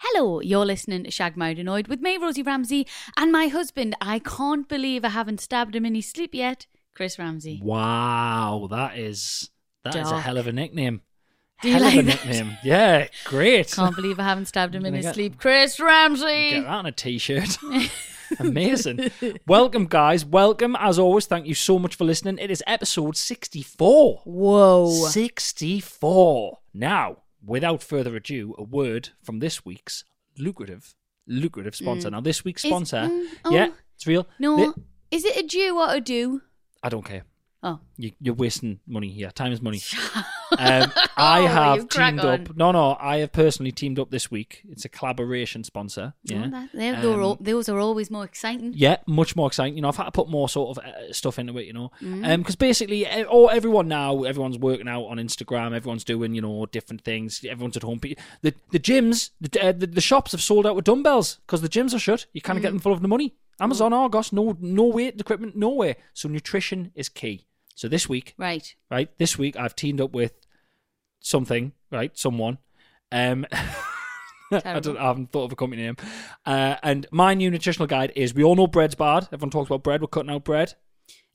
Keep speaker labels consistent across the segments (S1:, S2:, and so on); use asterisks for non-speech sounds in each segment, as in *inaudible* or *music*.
S1: Hello, you're listening to Shag Mode Annoyed with me, Rosie Ramsey, and my husband. I can't believe I haven't stabbed him in his sleep yet, Chris Ramsey.
S2: Wow, that is that is a
S1: Dark.
S2: hell of a nickname.
S1: Do you
S2: hell
S1: like
S2: of a
S1: that?
S2: nickname. Yeah,
S1: *laughs*
S2: great.
S1: Can't believe I haven't stabbed him in
S2: Gonna
S1: his
S2: get-
S1: sleep, Chris
S2: *laughs* Get
S1: Ramsey.
S2: that on
S1: *laughs*
S2: a t-shirt. Amazing. Welcome, guys. Welcome. As always, thank you so much for listening. It is episode 64.
S1: Whoa.
S2: 64. Now, without further ado, a word from this week's lucrative, lucrative sponsor. Now, this week's
S1: Is-
S2: sponsor,
S1: mm,
S2: yeah,
S1: oh.
S2: it's real.
S1: No,
S2: Thi-
S1: is it a do or a do?
S2: I don't care.
S1: Oh,
S2: You, you're wasting money here. Time
S1: *laughs*
S2: is money. Um, I
S1: Oh, You
S2: have
S1: crack
S2: teamed up. No, no, I have personally teamed up this week. It's a collaboration sponsor. Yeah,
S1: Oh, that- they- they were
S2: Um,
S1: all- those are always more exciting.
S2: yeah, much more exciting. You know, I've had to put more sort of uh, stuff into it. You know, because
S1: Mm.
S2: basically, eh, all everyone now, everyone's working out on Instagram. Everyone's doing you know different things. Everyone's at home. Pe- The the gyms, the uh, the, the shops have sold out with dumbbells because the gyms are shut. You can't
S1: Mm.
S2: get them full of the money. Amazon, Argos, no no weight equipment, nowhere. So nutrition is key. So this week,
S1: Right.
S2: right? This week I've teamed up with something, right? Someone. Um, *laughs* I, don't, I haven't thought of a company name. Uh, and my new nutritional guide is we all know bread's bad. Everyone talks about bread. We're cutting out bread.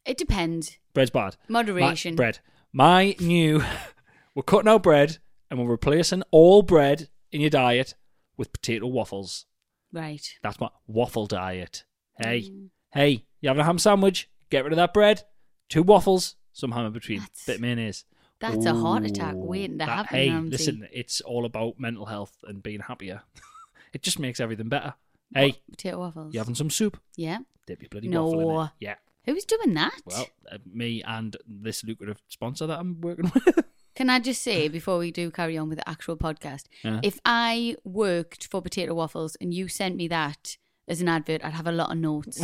S1: It depends.
S2: Bread's bad.
S1: Moderation.
S2: My, bread. My new, *laughs* we're cutting out bread and we're replacing all bread in your diet with potato waffles.
S1: Right.
S2: That's my waffle diet. Hey,
S1: Mm.
S2: hey, you having a ham sandwich? Get rid of that bread. Two waffles, some ham in between,
S1: That's-
S2: bit of mayonnaise.
S1: That's a heart attack
S2: Ooh,
S1: waiting to
S2: that-
S1: happen.
S2: Hey,
S1: Ramsey.
S2: listen, it's all about mental health and being happier. *laughs* it just makes everything better. Hey,
S1: Potato waffles.
S2: you having some soup?
S1: Yeah.
S2: Dip your bloody
S1: No.
S2: waffle in it. Yeah.
S1: Who's doing that?
S2: Well, uh, me and this lucrative sponsor that I'm working *laughs* with.
S1: Can I just say before we do carry on with the actual podcast,
S2: Yeah.
S1: if I worked for potato waffles and you sent me that as an advert, I'd have a lot of
S2: *laughs*
S1: notes.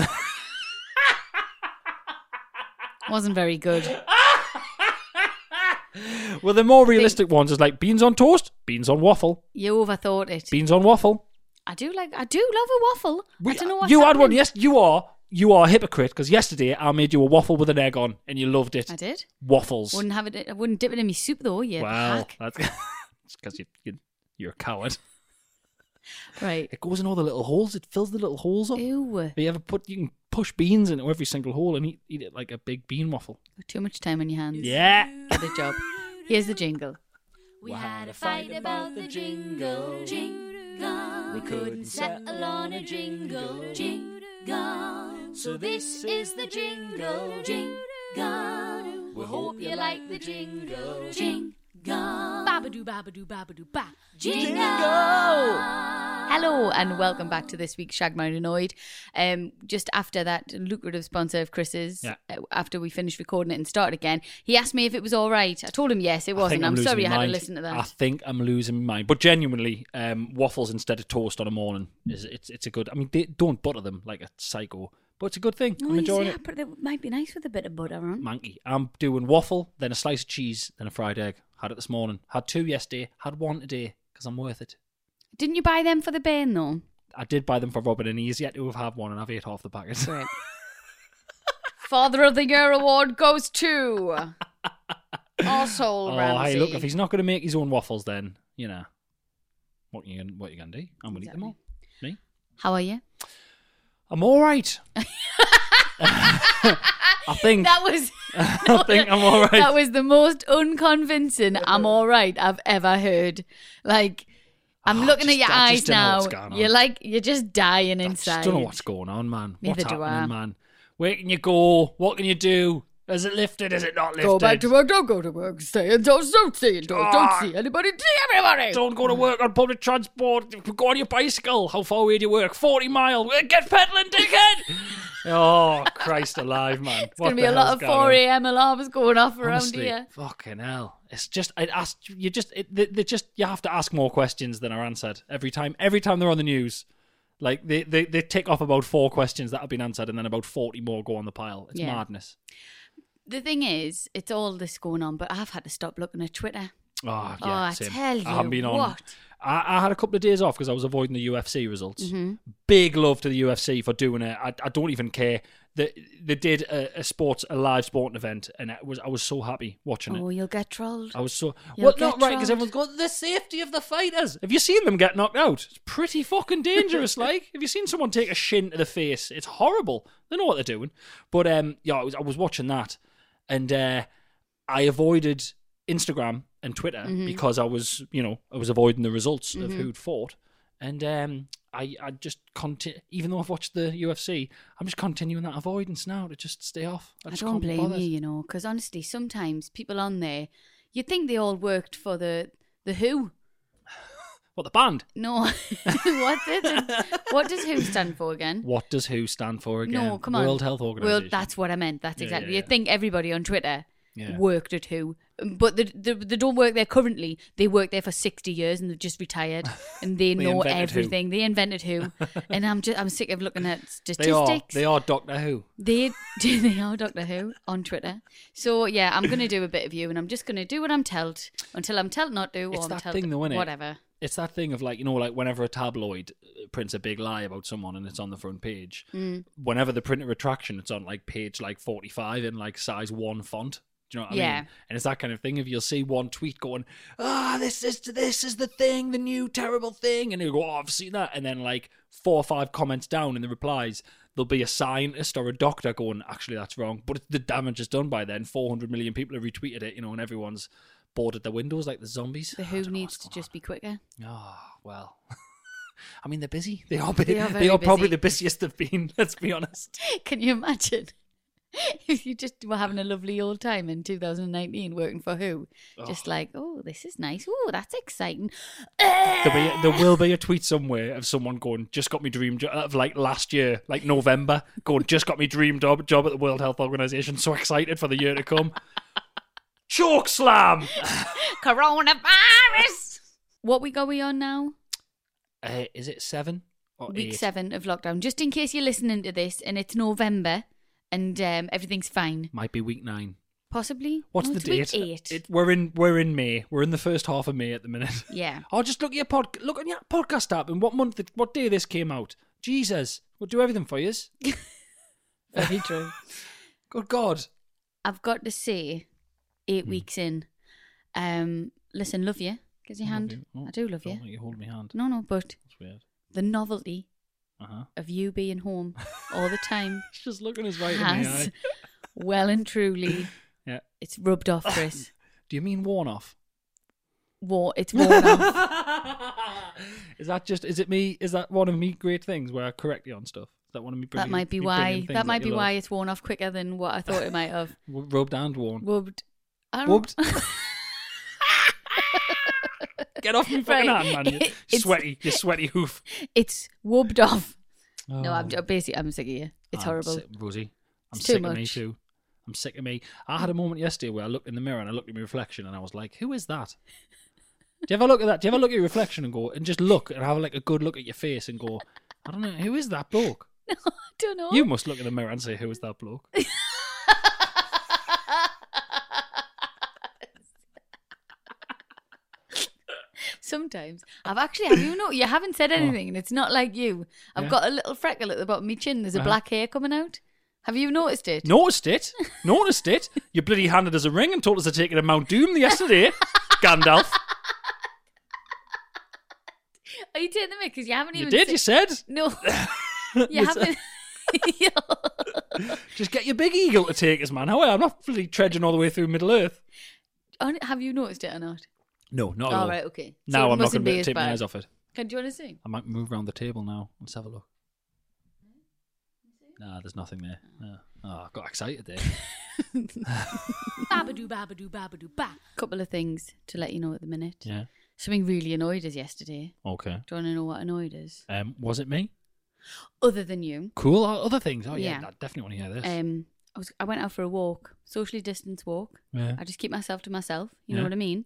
S1: Wasn't very good.
S2: well, the more realistic ones is like beans on toast, beans on waffle,
S1: You overthought it.
S2: beans on waffle.
S1: I do like. I do love a waffle. I don't know what's
S2: you had one.
S1: happening.
S2: Yes, you are. You are a hypocrite because yesterday I made you a waffle with an egg on, and you loved it.
S1: I did.
S2: Waffles.
S1: Wouldn't have it. I wouldn't dip it in my soup though. Yeah.
S2: wow, that's *laughs* because you, you you're a coward.
S1: Right.
S2: It goes in all the little holes. It fills the little holes up.
S1: Ew.
S2: But you ever put you can push beans into every single hole and eat, eat it like a big bean waffle.
S1: Too much time on your hands.
S2: Yeah.
S1: Good job. Here's the jingle.
S3: We had a fight about the jingle, jingle. We couldn't settle on a jingle, jingle. So this is the jingle, jingle. We hope you like the jingle, jingle. Babadoo, babadoo, babadoo, ba. Jingle.
S1: Hello and welcome back to this week's Shagman Annoyed. Um, just after that lucrative sponsor of Chris's,
S2: Yeah.
S1: uh, after we finished recording it and started again, he asked me if it was all right. I told him yes, it wasn't. I'm, sorry I had to listen to
S2: I
S1: that.
S2: think I'm losing my mind. But genuinely, um, waffles instead of toast on a morning is it's it's a good. I mean, they don't butter them like a psycho, but it's a good thing. I'm enjoying it.
S1: but it might be nice with a bit of butter on.
S2: Manky. I'm doing waffle, then a slice of cheese, then a fried egg. Had it this morning. Had two yesterday. Had one today because I'm worth it.
S1: Didn't you buy them for the bin though?
S2: I did buy them for Robin, and he's yet to have had one, and I've ate half the packet. *laughs*
S1: Great. Father of the Year award goes
S2: *laughs*
S1: to
S2: Oh,
S1: Arsehole Ramsey.
S2: hey, look, if he's not going to make his own waffles, then you know what you gonna, what you gonna do? I'm gonna eat them all. Me,
S1: How are you? *laughs*
S2: I'm all right. I *laughs* think
S1: That was.
S2: I think I'm all right.
S1: That was the most unconvincing "I'm all right" I've ever heard. Like, I'm
S2: Oh,
S1: looking at
S2: just-
S1: your
S2: I
S1: eyes
S2: just don't know
S1: now.
S2: what's going on.
S1: You're like, you're just dying
S2: I
S1: inside.
S2: just don't know what's going on, man.
S1: Neither
S2: what's
S1: do
S2: happening,
S1: I.
S2: man? Where can you go? What can you do? Is it lifted? Is it not lifted?
S1: Go back to work. Don't go to work. Stay indoors. Don't stay indoors.
S2: Ah.
S1: Don't see anybody. See everybody.
S2: Don't go to work on public transport. Go on your bicycle. How far away do you work? 40 mile. Eh, Get peddling, dickhead! *laughs* oh, Christ alive, man.
S1: It's going to be a lot of 4 a.m. alarms going off around
S2: Honestly,
S1: here.
S2: fucking hell! It's just I asked you just it, they, they just you have to ask more questions than are answered every time. Every time they're on the news, like they they, they tick off about four questions that have been answered, and then about forty more go on the pile. It's
S1: Yeah.
S2: madness.
S1: The thing is, it's all this going on, but I've had to stop looking at Twitter.
S2: Oh,
S1: Oh,
S2: yeah,
S1: I
S2: same.
S1: tell you
S2: I haven't been on.
S1: what.
S2: I, I had a couple of days off because I was avoiding the UFC results.
S1: Mm-hmm.
S2: Big love to the UFC for doing it. I, I don't even care. They, they did a, a sports, a live sporting event, and it was I was so happy watching it.
S1: Oh, you'll get trolled.
S2: I was so
S1: You'll
S2: well,
S1: get
S2: not right because
S1: trolled.
S2: everyone's got the safety of the fighters. Have you seen them get knocked out? It's pretty
S1: *laughs*
S2: fucking dangerous. like, have you seen someone take a shin to the face? It's horrible. They know what they're doing. But um, yeah, I was, I was watching that, and uh, I avoided Instagram and Twitter
S1: Mm-hmm.
S2: because I was, you know, I was avoiding the results of who'd fought, and um, I, I just continue. Even though I've watched the UFC, I'm just continuing that avoidance now to just stay off. I,
S1: I,
S2: just
S1: don't
S2: can't be
S1: blame
S2: bothered.
S1: you, you know, because honestly, sometimes people on there, you'd think they all worked for the the Who.
S2: What the band?
S1: No, *laughs* what did what does Who stand for again?
S2: What does WHO stand for again?
S1: No, come on,
S2: World Health Organization.
S1: World, that's what I meant. That's
S2: Yeah,
S1: exactly.
S2: yeah,
S1: You'd
S2: yeah.
S1: think everybody on Twitter
S2: yeah.
S1: worked at Who, um, but they, they they don't work there currently. They worked there for sixty years and they've just retired,
S2: *laughs*
S1: and they,
S2: They
S1: know
S2: invented Who.
S1: everything. They invented
S2: *laughs*
S1: Who, and I'm just I'm sick of looking at statistics.
S2: They are. They are Doctor Who.
S1: They *laughs* do they are Doctor Who on Twitter. So yeah, I'm gonna do a bit of you, and I'm just gonna do what I'm told until I'm told not to, or
S2: It's
S1: I'm
S2: that
S1: told
S2: thing though, innit?
S1: whatever.
S2: It's that thing of like you know, like whenever a tabloid uh, prints a big lie about someone and it's on the front page.
S1: Mm.
S2: Whenever they print a retraction, it's on like page like forty-five in like size one font. Do you know what I
S1: Yeah.
S2: mean? And it's that kind of thing. If you'll see one tweet going, "Ah, this is this is the thing, the new terrible thing," and you go, "Oh, I've seen that," and then like four or five comments down in the replies, there'll be a scientist or a doctor going, "Actually, that's wrong," but the damage is done by then. Four hundred million people have retweeted it, you know, and everyone's boarded their windows like the zombies.
S1: The
S2: I
S1: Who
S2: don't know
S1: needs
S2: what's
S1: to
S2: going
S1: just be quicker. *laughs*
S2: Oh, well. *laughs* I mean, they're busy. They are. bu-
S1: They
S2: They
S1: are
S2: are,
S1: very
S2: probably
S1: busy.
S2: the busiest they've been. *laughs* Let's be honest.
S1: Can you imagine? *laughs* If you just were having a lovely old time in 2019 working for Who, just like, oh, this is nice. Oh, that's exciting.
S2: There'll be, there will be a tweet somewhere of someone going, "Just got me dream job." Of like last year, like November, going, "Just got me dream job job at the World Health Organization." So excited for the year to come. Chalk slam.
S1: *laughs* Coronavirus. What week are we on now?
S2: Uh, is it seven or
S1: week
S2: eight?
S1: seven of lockdown. Just in case you're listening to this and it's November and um, everything's fine,
S2: Might be week nine.
S1: possibly.
S2: What's
S1: No,
S2: the
S1: Oh, it's week
S2: date?
S1: Eight.
S2: It- we're in we're in May. We're in the first half of May at the minute. *laughs*
S1: Yeah.
S2: Oh, just look at your pod. Look on your podcast app and what month, it- what day this came out. Jesus, we'll do everything for you.
S1: Very true.
S2: Good God.
S1: I've got to say, eight
S2: Hmm.
S1: weeks in. Um, listen, love you. Gives your hand. I do love you.
S2: Oh, Don't let you hold my hand.
S1: No, no, but
S2: That's weird.
S1: the novelty
S2: Uh huh.
S1: of you being home all the time
S2: He's just looking us *laughs* right in the
S1: has
S2: eye.
S1: well and truly
S2: Yeah.
S1: it's rubbed off,
S2: *laughs*
S1: Chris.
S2: Do you mean worn off?
S1: War, it's *laughs* worn
S2: *laughs*
S1: off.
S2: is that just? Is it me? Is that one of me great things where I correct you on stuff? Is that one of me?
S1: That
S2: brilliant-
S1: might be
S2: me
S1: why.
S2: brilliant things
S1: That might be
S2: you
S1: why it's worn off quicker than what I thought it might
S2: *laughs*
S1: have.
S2: love? W- Rubbed and worn.
S1: Rubbed. I don't-
S2: Rubbed.
S1: *laughs*
S2: Get off me fucking
S1: Right.
S2: hand, man! You
S1: It's-
S2: sweaty, you sweaty hoof.
S1: *laughs*
S2: Oh.
S1: It's rubbed off. No, I'm j- basically I'm sick of you. It's
S2: Um, I'm
S1: horrible.
S2: Sick, Rosie, I'm
S1: It's too
S2: sick of me
S1: much.
S2: too. I'm sick of me. I had a moment yesterday where I looked in the mirror and I looked at my reflection and I was like, "Who is that?" Do you ever look at that? Do you ever look at your reflection and go and just look and have like a good look at your face and go, "I don't know who is that bloke."
S1: I don't know.
S2: You must look in the mirror and say, "Who is that bloke?"
S1: *laughs* Sometimes I've actually have you know you haven't said anything and it's not like you. I've
S2: Oh. Yeah.
S1: got a little freckle at the bottom of my chin. There's a
S2: Uh-huh.
S1: black hair coming out. Have you noticed it?
S2: Noticed it? Noticed it? You bloody handed us a ring and told us to take it to Mount
S1: *laughs*
S2: Doom yesterday, Gandalf.
S1: Are you *laughs*
S2: *laughs*
S1: taking the mic? Because you haven't
S2: You
S1: even.
S2: did.
S1: said-
S2: You said.
S1: No. *laughs* you haven't.
S2: Just get your big eagle to take us, man. How I'm not really trudging all the way through Middle Earth.
S1: On- Have you noticed it or not?
S2: No, not at
S1: All
S2: all.
S1: right, okay. So
S2: Oh, Now
S1: it
S2: I'm not
S1: mustn't
S2: going to
S1: as
S2: take my
S1: bad.
S2: eyes off it.
S1: Can do you want to sing?
S2: I might move around the table now. Let's have a look. Nah, there's nothing there. No. Oh, I got
S1: *laughs*
S2: excited there.
S3: Babadoo, babadoo, babadoo, ba.
S1: Couple of things to let you know at the minute.
S2: yeah.
S1: Something really annoyed us yesterday.
S2: Okay.
S1: Do you want to know what annoyed us?
S2: Um, was it me?
S1: Other than you,
S2: Cool. o- Other things. Oh yeah,
S1: Yeah.
S2: I definitely want to hear this.
S1: um, I was I went out for a walk, socially distanced walk.
S2: yeah.
S1: I just keep myself to myself. You
S2: Yeah.
S1: know what I mean?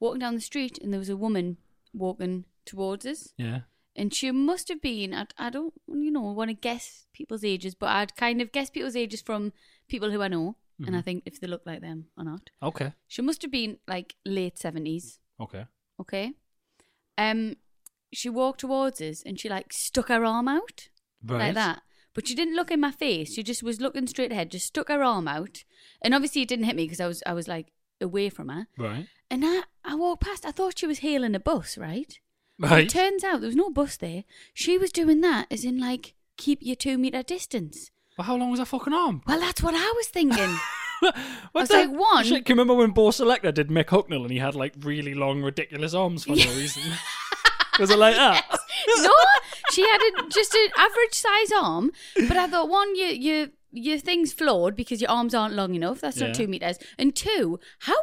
S1: Walking down the street, and there was a woman walking towards us,
S2: yeah.
S1: and she must have been I, I don't you know want to guess people's ages, but I'd kind of guess people's ages from people who I know, and I
S2: Mm-hmm.
S1: think if they look like them or not.
S2: Okay.
S1: She must have been like late seventies.
S2: Okay.
S1: okay um she walked towards us and she like stuck her arm out
S2: Right.
S1: like that but she didn't look in my face she just was looking straight ahead just stuck her arm out and obviously it didn't hit me because i was i was like away from her
S2: Right.
S1: and i i walked past i thought she was hailing a bus right
S2: Right.
S1: it turns out there was no bus there she was doing that as in like keep your two meter distance
S2: But how long was that fucking arm?
S1: well that's what i was thinking
S2: What
S1: was like, one-
S2: Shit, can you remember when Bo Selector did Mick Hucknall and he had like really long, ridiculous arms for
S1: *laughs*
S2: no reason? was it like that?
S1: no, she had a, just an average size arm. But I thought, one, your your your thing's flawed because your arms aren't long enough. That's
S2: Yeah.
S1: not two meters. And two, how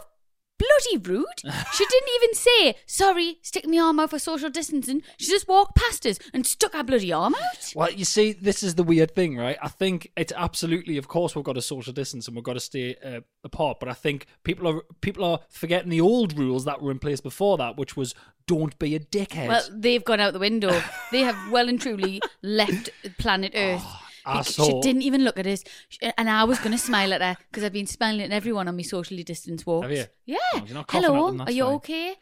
S1: bloody rude! She didn't even say sorry. Stick my arm out for social distancing. She just walked past us and stuck her bloody arm out.
S2: Well, you see, this is the weird thing, right? I think it's absolutely, of course, we've got to social distance and we've got to stay uh, apart. But I think people are people are forgetting the old rules that were in place before that, which was don't be a dickhead.
S1: Well, they've gone out the window. They have well and truly left
S2: *laughs*
S1: planet Earth.
S2: Oh, I
S1: Bec-
S2: saw-
S1: She didn't even look at us, Sh- uh, and I was going to smile at her because I've been smiling at everyone on my socially distanced walks.
S2: Have you?
S1: Yeah.
S2: Oh, you're not coughing at
S1: Hello,
S2: them, that's
S1: are you
S2: fine.
S1: okay?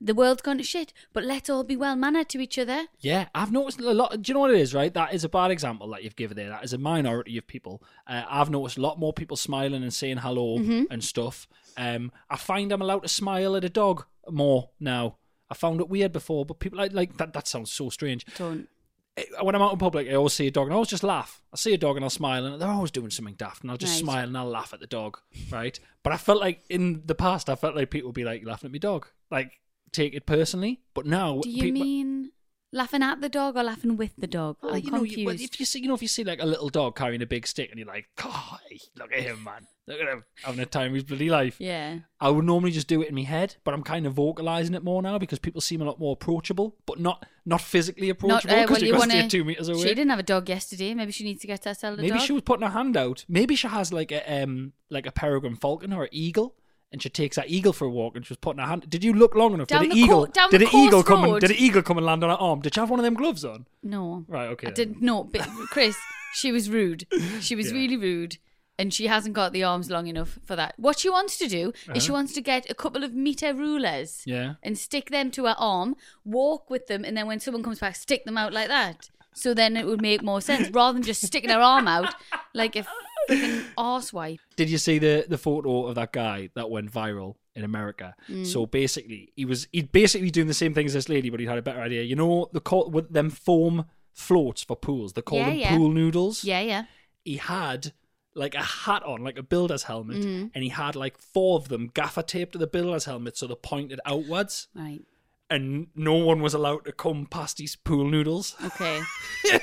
S1: The world's gone to shit, but let's all be well mannered to each other.
S2: Yeah, I've noticed a lot. Do you know what it is, right? That is a bad example that you've given there. That is a minority of people. Uh, I've noticed a lot more people smiling and saying hello and stuff. Um, I find I'm allowed to smile at a dog more now. I found it weird before, but people like, like that. That sounds so strange.
S1: Don't.
S2: Uh, When I'm out in public, I always see a dog and I always just laugh. I see a dog and I'll smile, and they're always doing something daft, and I'll just
S1: Right.
S2: smile and I'll laugh at the dog, right? But I felt like in the past, I felt like people would be like laughing at me dog, like take it personally. But now,
S1: Do you
S2: people,
S1: mean laughing at the dog or laughing with the dog?
S2: well,
S1: I'm
S2: Oh, you know,
S1: confused.
S2: you, well, if you see, you know, if you see like a little dog carrying a big stick, and you're like, "God, look at him, man! Look at him having a time of his bloody life."
S1: yeah.
S2: I would normally just do it in my head, but I'm kind of vocalizing it more now because people seem a lot more approachable, but not not physically
S1: Not,
S2: approachable
S1: uh,
S2: because
S1: well,
S2: you've
S1: you
S2: got
S1: want
S2: to stay two meters away.
S1: She didn't have a dog yesterday. Maybe she needs to get herself a
S2: Maybe
S1: dog.
S2: she was putting her hand out. Maybe she has like a um like a peregrine falcon or an eagle, and she takes that eagle for a walk, and she was putting her hand. Did you look long enough?
S1: Down
S2: did
S1: the
S2: an eagle?
S1: cour- down
S2: did
S1: the
S2: an eagle
S1: course
S2: come? And,
S1: road.
S2: did an eagle come and land on her arm? Did she have one of them gloves on?
S1: No.
S2: Right. Okay.
S1: I
S2: then.
S1: didn't know, but Chris, she was rude. She was
S2: Yeah.
S1: really rude, and she hasn't got the arms long enough for that. What she wants to do is she wants to get a couple of meter rulers
S2: Uh-huh. Yeah.
S1: and stick them to her arm, walk with them, and then when someone comes back, stick them out like that. So then it would make more sense rather than just sticking her arm out like a freaking arsewipe.
S2: Did you see the the photo of that guy that went viral in America?
S1: Mm.
S2: So basically, he was he basically doing the same thing as this lady, but he had a better idea. You know, the call with them foam floats for pools. They call
S1: Yeah,
S2: them
S1: yeah.
S2: pool noodles.
S1: Yeah, yeah.
S2: He had like a hat on, like a builder's helmet,
S1: Mm.
S2: and he had like four of them gaffer taped to the builder's helmet, so they pointed outwards,
S1: Right.
S2: and no one was allowed to come past these pool noodles. *laughs*
S1: Okay.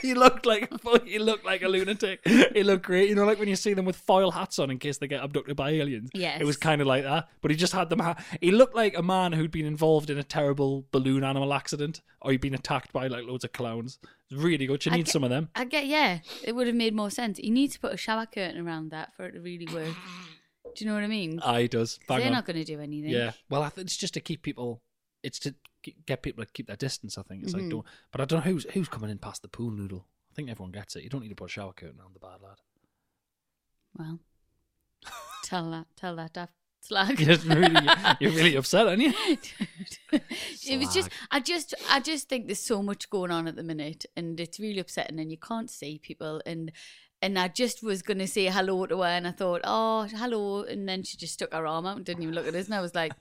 S2: he looked like he looked like a lunatic. He looked great. You know, like when you see them with foil hats on in case they get abducted by aliens.
S1: Yes.
S2: it was kind of like that. But he just had them. Ha- he looked like a man who'd been involved in a terrible balloon animal accident, or he'd been attacked by like loads of clowns. Really good. She
S1: I
S2: needs
S1: get-
S2: some of them.
S1: I get, yeah, it would have made more sense. You need to put a shower curtain around that for it to really work. Do you know what I mean?
S2: Aye, does. Uh, Bang
S1: They're
S2: on.
S1: not going to do anything.
S2: Yeah. Well, I think it's just to keep people. It's to g- get people to keep their distance. I think it's
S1: Mm-hmm.
S2: like don't. But I don't know who's who's coming in past the pool noodle. I think everyone gets it. You don't need to put a shower curtain on the bad lad. *laughs*
S1: Well, tell that, tell that daft slag.
S2: You're really, you're really upset,
S1: *laughs*
S2: aren't you?
S1: it was just, I just, I just think there's so much going on at the minute, and it's really upsetting, and you can't see people, and and I just was gonna say hello to her, and I thought, oh, hello, and then she just stuck her arm out and didn't even look at us, and I was like,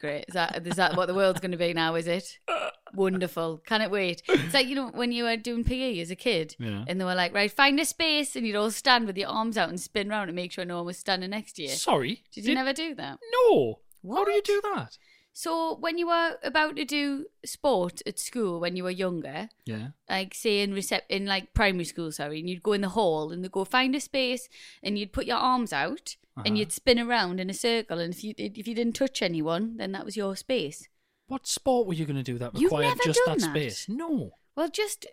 S1: great, is that is that what the world's gonna be now? Is it? Wonderful. Can't wait. It's like, you know, when you were doing PE as a kid
S2: Yeah.
S1: and they were like, right, find a space and you'd all stand with your arms out and spin round to make sure no one was standing next to you.
S2: Sorry.
S1: Did you never do that?
S2: No. How do you
S1: What?
S2: do that?
S1: So when you were about to do sport at school when you were younger,
S2: Yeah.
S1: like say in recep in like primary school, sorry, and you'd go in the hall and they'd go find a space and you'd put your arms out and you'd spin around in a circle and if you if you didn't touch anyone, then that was your space.
S2: What sport were you going to do that
S1: You've
S2: required
S1: never
S2: just
S1: done
S2: that,
S1: that.
S2: space? No.
S1: Well, just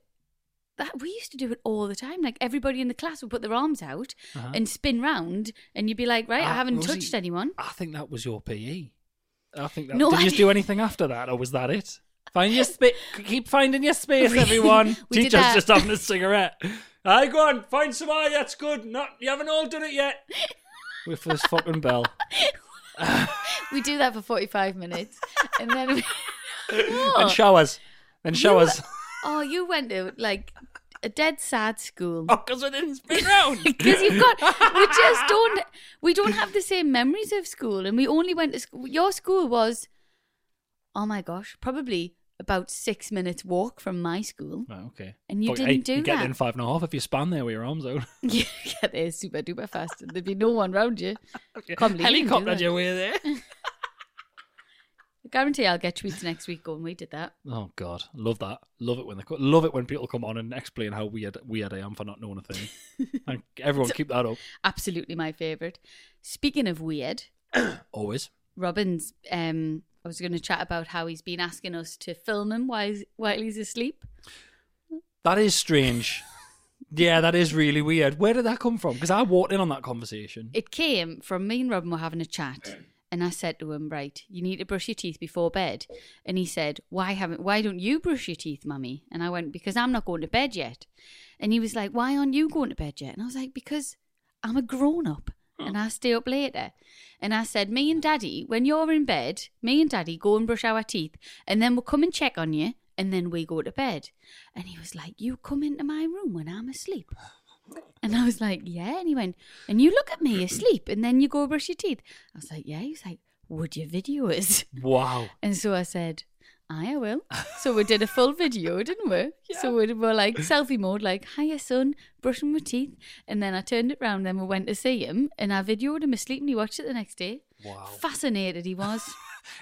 S1: that we used to do it all the time. Like everybody in the class would put their arms out
S2: Uh-huh.
S1: and spin round, and you'd be like, "Right, I
S2: Ah,
S1: haven't
S2: Rosie,
S1: touched anyone."
S2: I think that was your PE. I think that.
S1: No,
S2: did
S1: I
S2: you just do anything after that, or was that it?
S1: *laughs*
S2: Find your space. Keep finding your space,
S1: We-
S2: everyone.
S1: we did
S2: Teacher's
S1: that.
S2: just having a cigarette. I go on, find some more. That's good. Not you haven't all done it yet. With this fucking
S1: *laughs*
S2: bell.
S1: *laughs* We do that for forty-five minutes, and then *laughs* we-
S2: And showers. And showers.
S1: *laughs* oh, you went to like a dead sad school.
S2: Oh, because I didn't *laughs* spin round.
S1: because you've got we just don't we don't have the same memories of school and we only went to school your school was oh my gosh probably about six minutes walk from my school *laughs*
S2: Oh, okay.
S1: And you
S2: Fuck,
S1: didn't
S2: hey,
S1: do
S2: you get
S1: that.
S2: in five and a half if you span there with your arms out.
S1: you get there super duper fast and there'd be no one round you Can't believe you can do
S2: Helicopter
S1: that.
S2: your way there.
S1: I guarantee I'll get tweets next week going we did that
S2: Oh God, love that. Love it when they co- love it when people come on and explain how weird weird I am for not knowing a thing. and everyone keep that up
S1: absolutely my favorite speaking of weird
S2: always.
S1: Robin's um I was going to chat about how he's been asking us to film him while he's, while he's asleep.
S2: That is strange. yeah, that is really weird. Where did that come from? Because I walked in on that conversation.
S1: It came from me and Robin were having a chat, and I said to him, "Right, you need to brush your teeth before bed." And he said, "Why haven't? Why don't you brush your teeth, mummy?" And I went, "Because I'm not going to bed yet." And he was like, "Why aren't you going to bed yet?" And I was like, "Because I'm a grown up." And I stay up later. And I said, Me and Daddy, when you're in bed, me and Daddy go and brush our teeth, and then we'll come and check on you, and then we go to bed. And he was like, You come into my room when I'm asleep. And I was like, yeah. And he went, and you look at me asleep and then you go brush your teeth. I was like, yeah. He was like, would you video us?
S2: wow.
S1: *laughs* And so I said, aye, I will. So we did a full video, didn't we? So we were like selfie mode, like, hiya, son, brushing my teeth. And then I turned it round, then we went to see him and I videoed him asleep and he watched it the next day.
S2: Wow.
S1: Fascinated he was.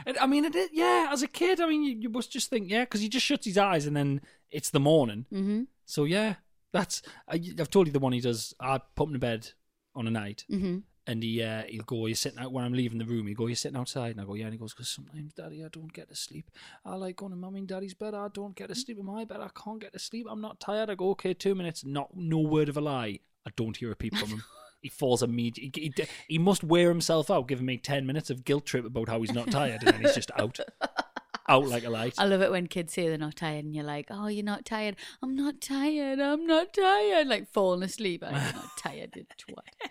S2: And, I mean, it is, yeah. As a kid, I mean, you, you must just think, yeah, because he just shuts his eyes and then it's the morning.
S1: mm-hmm.
S2: So yeah, that's. I, I've told you the one he does. I put him to bed on a night.
S1: Mm-hmm.
S2: And he uh, he'll go. He's sitting out when I'm leaving the room. He go. You're sitting outside, and I go. Yeah. And he goes. Because sometimes, Daddy, I don't get to sleep. I like going to Mummy and Daddy's bed. I don't get to sleep in my bed. I can't get to sleep. I'm not tired. I go. Okay, two minutes. Not no word of a lie. I don't hear a peep from him. He falls immediately. He, he, he must wear himself out, giving me ten minutes of guilt trip about how he's not tired, and then he's just out, out like a light.
S1: I love it when kids say they're not tired and you're like, oh, you're not tired. I'm not tired. I'm not tired. Like falling asleep. I'm
S2: *laughs*
S1: not tired. You twat.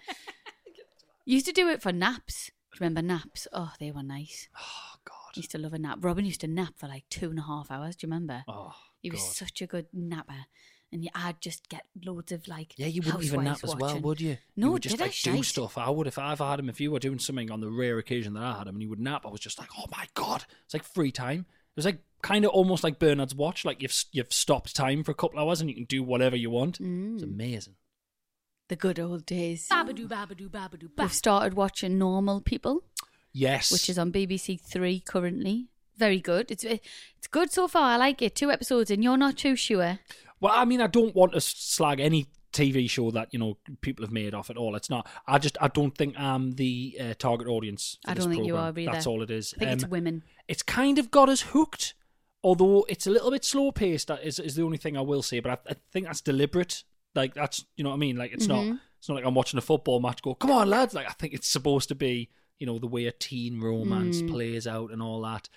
S1: used to do it for naps. Do you remember naps? Oh, they were nice.
S2: *sighs* Oh God.
S1: Used to love a nap. Robin used to nap for like two and a half hours. Do you remember?
S2: Oh.
S1: he was
S2: God.
S1: such a good napper. And you- I'd just get loads of like.
S2: Yeah, you wouldn't even nap
S1: housewives
S2: as well,
S1: watching.
S2: would you?
S1: No,
S2: you would just
S1: did I
S2: like do
S1: shite?
S2: stuff. I would if I ever had him. If you were doing something on the rare occasion that I had him and he would nap, I was just like, oh my god, it's like free time. It was like kind of almost like Bernard's watch. Like you've you've stopped time for a couple hours and you can do whatever you want. It's amazing.
S1: Mm. The good old days.
S3: Babadoo, babadoo, babadoo,
S1: We've
S3: babadoo.
S1: started watching Normal People.
S2: Yes,
S1: which is on BBC Three currently. Very good. It's eh, it's good so far. I like it. Two episodes, and you're not too sure.
S2: Well, I mean, I don't want to slag any TV show that you know people have made off at all. It's not. I just I don't think I'm the uh, target audience. For
S1: I
S2: this
S1: don't think you
S2: programme.
S1: are either.
S2: That's all it is.
S1: I think it's
S2: Um,
S1: women.
S2: it's kind of got us hooked, although it's a little bit slow paced. That is, is the only thing I will say. But I, I think that's deliberate. Like that's you know what I mean. Like it's
S1: Mm-hmm.
S2: not it's not like I'm watching a football match. Go come on lads! Like I think it's supposed to be you know the way a teen romance
S1: Mm.
S2: plays out and all that.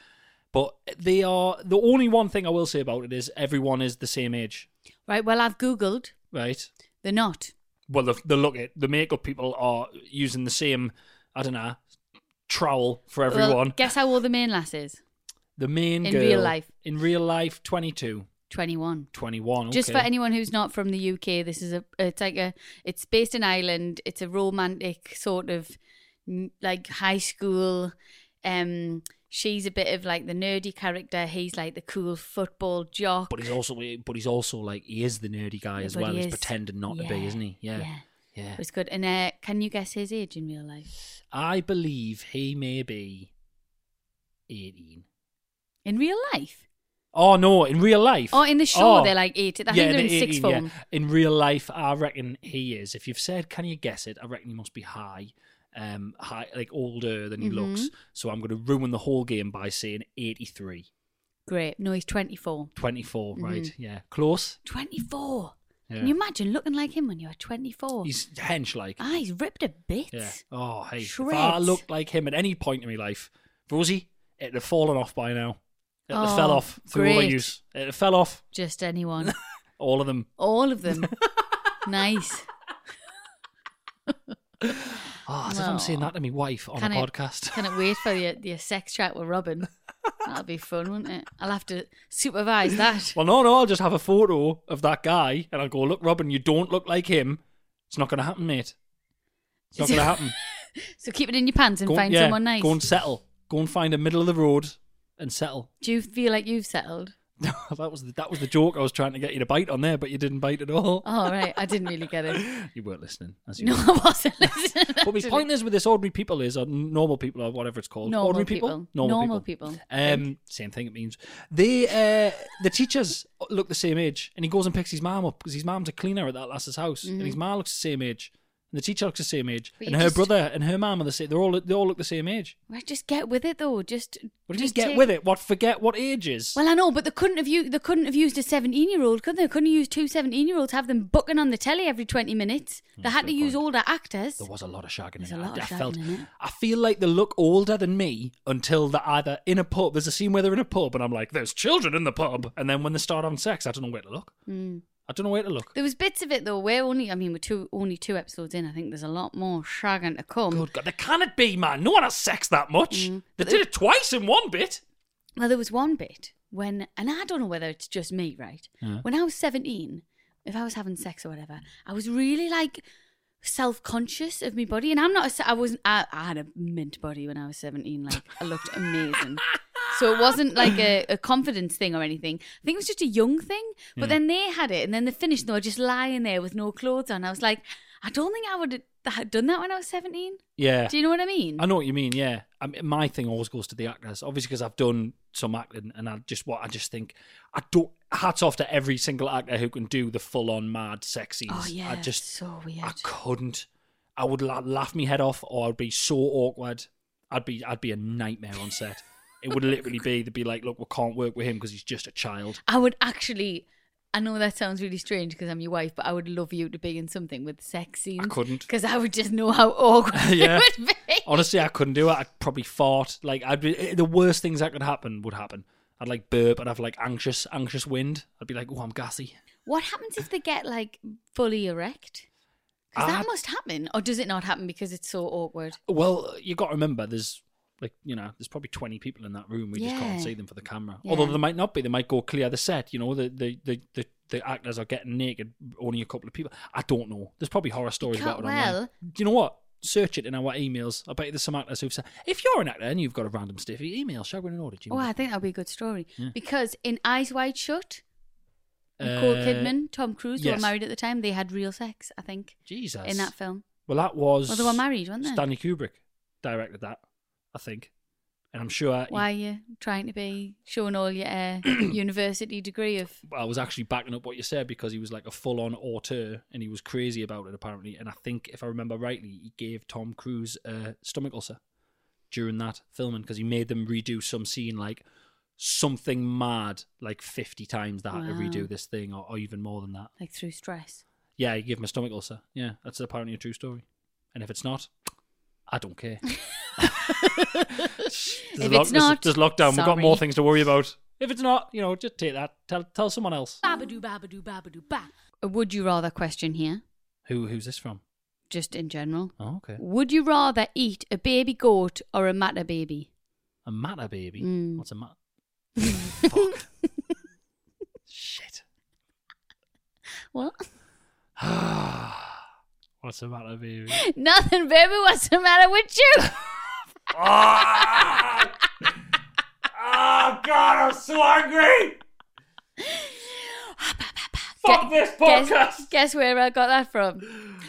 S2: But they are the only one thing I will say about it is everyone is the same age,
S1: Right. Well, I've googled.
S2: right?
S1: They're not.
S2: Well, the, the look it the makeup people are using the same I don't know trowel for
S1: Well,
S2: everyone.
S1: guess how old the main lass is?
S2: the main
S1: in
S2: girl
S1: real life.
S2: in real life twenty two.
S1: Twenty-one.
S2: 21.
S1: Just for
S2: okay.
S1: anyone who's not from the UK, this is a it's like a it's based in Ireland. It's a romantic sort of n- like high school um She's a bit of like the nerdy character. He's like the cool football jock.
S2: But he's also, but he's also like he is the nerdy guy
S1: Yeah,
S2: as
S1: but
S2: well.
S1: he
S2: He's
S1: is-
S2: pretending not to be,
S1: yeah,
S2: isn't he? Yeah, yeah.
S1: yeah. It was good. And uh, can you guess his age in real life?
S2: I believe he may be eighteen.
S1: In real life?
S2: Oh no, in real life.
S1: Oh, in the show,
S2: Oh.
S1: they're like 18. I think they're in
S2: the
S1: sixth
S2: 18, yeah.
S1: form.
S2: In real life, I reckon he is. If you've said, "Can you guess it?" I reckon he must be high, um, high like older than he looks.
S1: Mm-hmm.
S2: So I'm going to ruin the whole game by saying 83,
S1: Great. No, he's 24.
S2: 24, Right? Yeah, close.
S1: 24.
S2: Yeah.
S1: Mm-hmm. Can you imagine looking like him when you were 24?
S2: He's hench like.
S1: ah, he's ripped a bit.
S2: Yeah. Oh, hey. If I
S1: Shreds.
S2: looked like him at any point in my life, Rosie, it'd have fallen off by now. It'd have
S1: Oh,
S2: fell off through
S1: great.
S2: overuse. It'd have fell off.
S1: Just
S2: *laughs*
S1: anyone.
S2: All of them.
S1: All of
S2: *laughs*
S1: them. nice.
S2: Oh, as if I'm saying
S1: Well,
S2: that to my wife on a
S1: can it-
S2: podcast.
S1: Cannot wait for your, your sex chat with Robin. That'll be fun, won't it? I'll have to supervise that.
S2: *laughs* *laughs* Well, no, no, I'll just have a photo of that guy and I'll go, look, Robin, you don't look like him. It's not going to happen, mate. It's not going to
S1: *laughs*
S2: happen.
S1: So keep it in your pants and
S2: Go,
S1: find
S2: yeah,
S1: someone nice.
S2: Go and settle. Go and find a middle of the road and settle. *laughs*
S1: Do you feel like you've settled?
S2: that was the, that was the joke I was trying to get you to bite on there, but you didn't bite at all.
S1: Oh, right. I didn't really get it.
S2: You weren't listening, as you
S1: Oh. No, *laughs*
S2: know.
S1: I wasn't listening.
S2: But my
S1: actually.
S2: point is with this ordinary people is or normal people or whatever it's called.
S1: Normal
S2: ordinary
S1: people.
S2: Normal,
S1: Normal
S2: people.
S1: people.
S2: Um, same thing it means. They uh, the teachers look the same age, and he goes and picks his mum up because his mum's a cleaner at that lass's house, and his mum looks the same age, and the teacher looks the same age,
S1: Mm-hmm. But
S2: and
S1: you
S2: her
S1: just-
S2: brother and her mum are the same. They're all they all look the same age.
S1: Right, just get with it though. Just,
S2: But just,
S1: take-
S2: get with it. What forget what ages?
S1: Well, I know, but they couldn't have used they couldn't have used a seventeen year old, could they? Couldn't have used two 17 year olds have them bucking on the telly every twenty minutes. They had to
S2: fair
S1: use
S2: point.
S1: older actors.
S2: there was a lot of shagging in
S1: There's
S2: it.
S1: a lot
S2: I,
S1: of
S2: I felt.
S1: shagging in it.
S2: I feel like they look older than me until they're either in a pub. There's a scene where they're in a pub, and I'm like, "There's children in the pub," and then when they start having sex, I don't know where to look.
S1: Mm.
S2: I don't know where to look.
S1: There was bits of it though. We're only I mean we're two only two episodes in. I think there's a lot more shagging to come.
S2: Good God, there can it be, man. No one has sex that much.
S1: Mm.
S2: They did it twice in one bit.
S1: Well, there was one bit when, and I don't know whether it's just me, right? When I was 17, if I was having sex or whatever, I was really like self conscious of my body. And I'm not, a se- I wasn't, I, I had a mint body when I was 17. Like, I looked
S2: *laughs*
S1: amazing. So it wasn't like a, a confidence thing or anything. I think it was just a young thing. But then they had it, and then they finished, and they were just lying there with no clothes on. I was like, I don't think I would have done that when I was 17.
S2: Yeah,
S1: Do you know what I mean?
S2: I know what you mean. Yeah, I mean, my thing always goes to the actors, obviously because I've done some acting, and I just what I just think I don't. Hats off to every single actor who can do the full on mad sex scenes.
S1: oh, yeah.
S2: I just
S1: so weird.
S2: I couldn't. I would la- laugh my head off, or I'd be so awkward. I'd be I'd be a nightmare on set. It would literally be they'd be like, look, we can't work with him because he's just a child.
S1: I would actually. I know that sounds really strange because I'm your wife, but I would love you to be in something with sex scenes.
S2: I couldn't.
S1: because I would just know how *laughs*
S2: *laughs*
S1: awkward
S2: Yeah.
S1: it would be.
S2: Honestly, I couldn't do it. I'd probably fart. Like I'd be eh, the worst things that could happen would happen. I'd like burp. I'd have like anxious, anxious wind. I'd be like, oh, I'm gassy.
S1: *laughs* What happens if they get like fully erect? Because
S2: Ah.
S1: that must happen, or does it not happen because it's so awkward?
S2: Well, you got to remember, there's like you know, there's probably 20 people in that room. We just can't
S1: Yeah.
S2: see them for the camera.
S1: Yeah.
S2: Although they might not be. They might go clear the set. You know, the the the the, the actors are getting naked. Only a couple of people. I don't know. There's probably horror stories
S1: can't-
S2: about it. online.
S1: well-
S2: do you know what? Search it in our emails. I bet you there's some actors who've said, if you're an actor and you've got a random stiffy, email Sharon and Order.
S1: Oh, I think that'd be a good story because in Eyes Wide Shut, Nicole
S2: Uh,
S1: Kidman, Tom Cruise they
S2: yes.
S1: were married at the time. They had real sex, I think,
S2: Jesus.
S1: in that film.
S2: Well, that was.
S1: Well, they were married, weren't they?
S2: Stanley Kubrick directed that, I think, and I'm sure. he-
S1: Why are you trying to be showing all your
S2: *clears throat*
S1: uh, university degree of?
S2: I was actually backing up what you said because he was like a full-on auteur and he was crazy about it apparently. And I think, if I remember rightly, he gave Tom Cruise a stomach ulcer during that filming because he made them redo some scene like something mad like 50 times they had to
S1: Wow.
S2: redo this thing or, or even more than that.
S1: Like through stress.
S2: Yeah, he gave him a stomach ulcer. Yeah, that's apparently a true story. And if it's not, I
S1: *laughs*
S2: don't care.
S1: If
S2: lock-
S1: it's not,
S2: there's lockdown. We've got more
S1: sorry.
S2: things to worry about. If it's not, you know, just take that. Tell tell someone else.
S3: Babadoo, babadoo, babadoo, ba.
S1: A would you rather question here,
S2: Who who's this from?
S1: just in general.
S2: Oh, okay.
S1: Would you rather eat a baby goat or a matter baby?
S2: A matter baby.
S1: Mm.
S2: What's a matter? Fuck. Shit.
S1: *laughs* What?
S2: What's a matter baby?
S1: Nothing, baby. What's the matter with you?
S2: Ah!
S4: Ah, I'm so angry. Fuck this podcast.
S1: Guess, guess where I got that
S2: *gasps*
S1: from?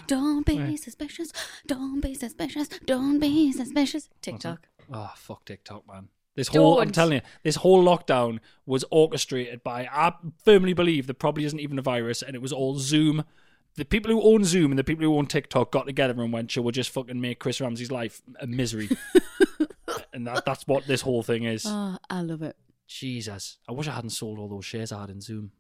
S1: Don't be suspicious. Don't be suspicious. Don't be suspicious. TikTok.
S2: Oh, fuck TikTok, man. This whole, I'm
S1: Don't.
S2: telling you, this whole lockdown was orchestrated by, I firmly believe there probably isn't even a virus, and it was all Zoom. The people who own Zoom and the people who own TikTok got together and went, sure, we'll just fucking make Chris Ramsey's life
S1: *laughs*
S2: a misery. and that, that's what this whole thing is.
S1: Oh, I love it.
S2: Jesus. I wish I hadn't sold all those shares I had in Zoom.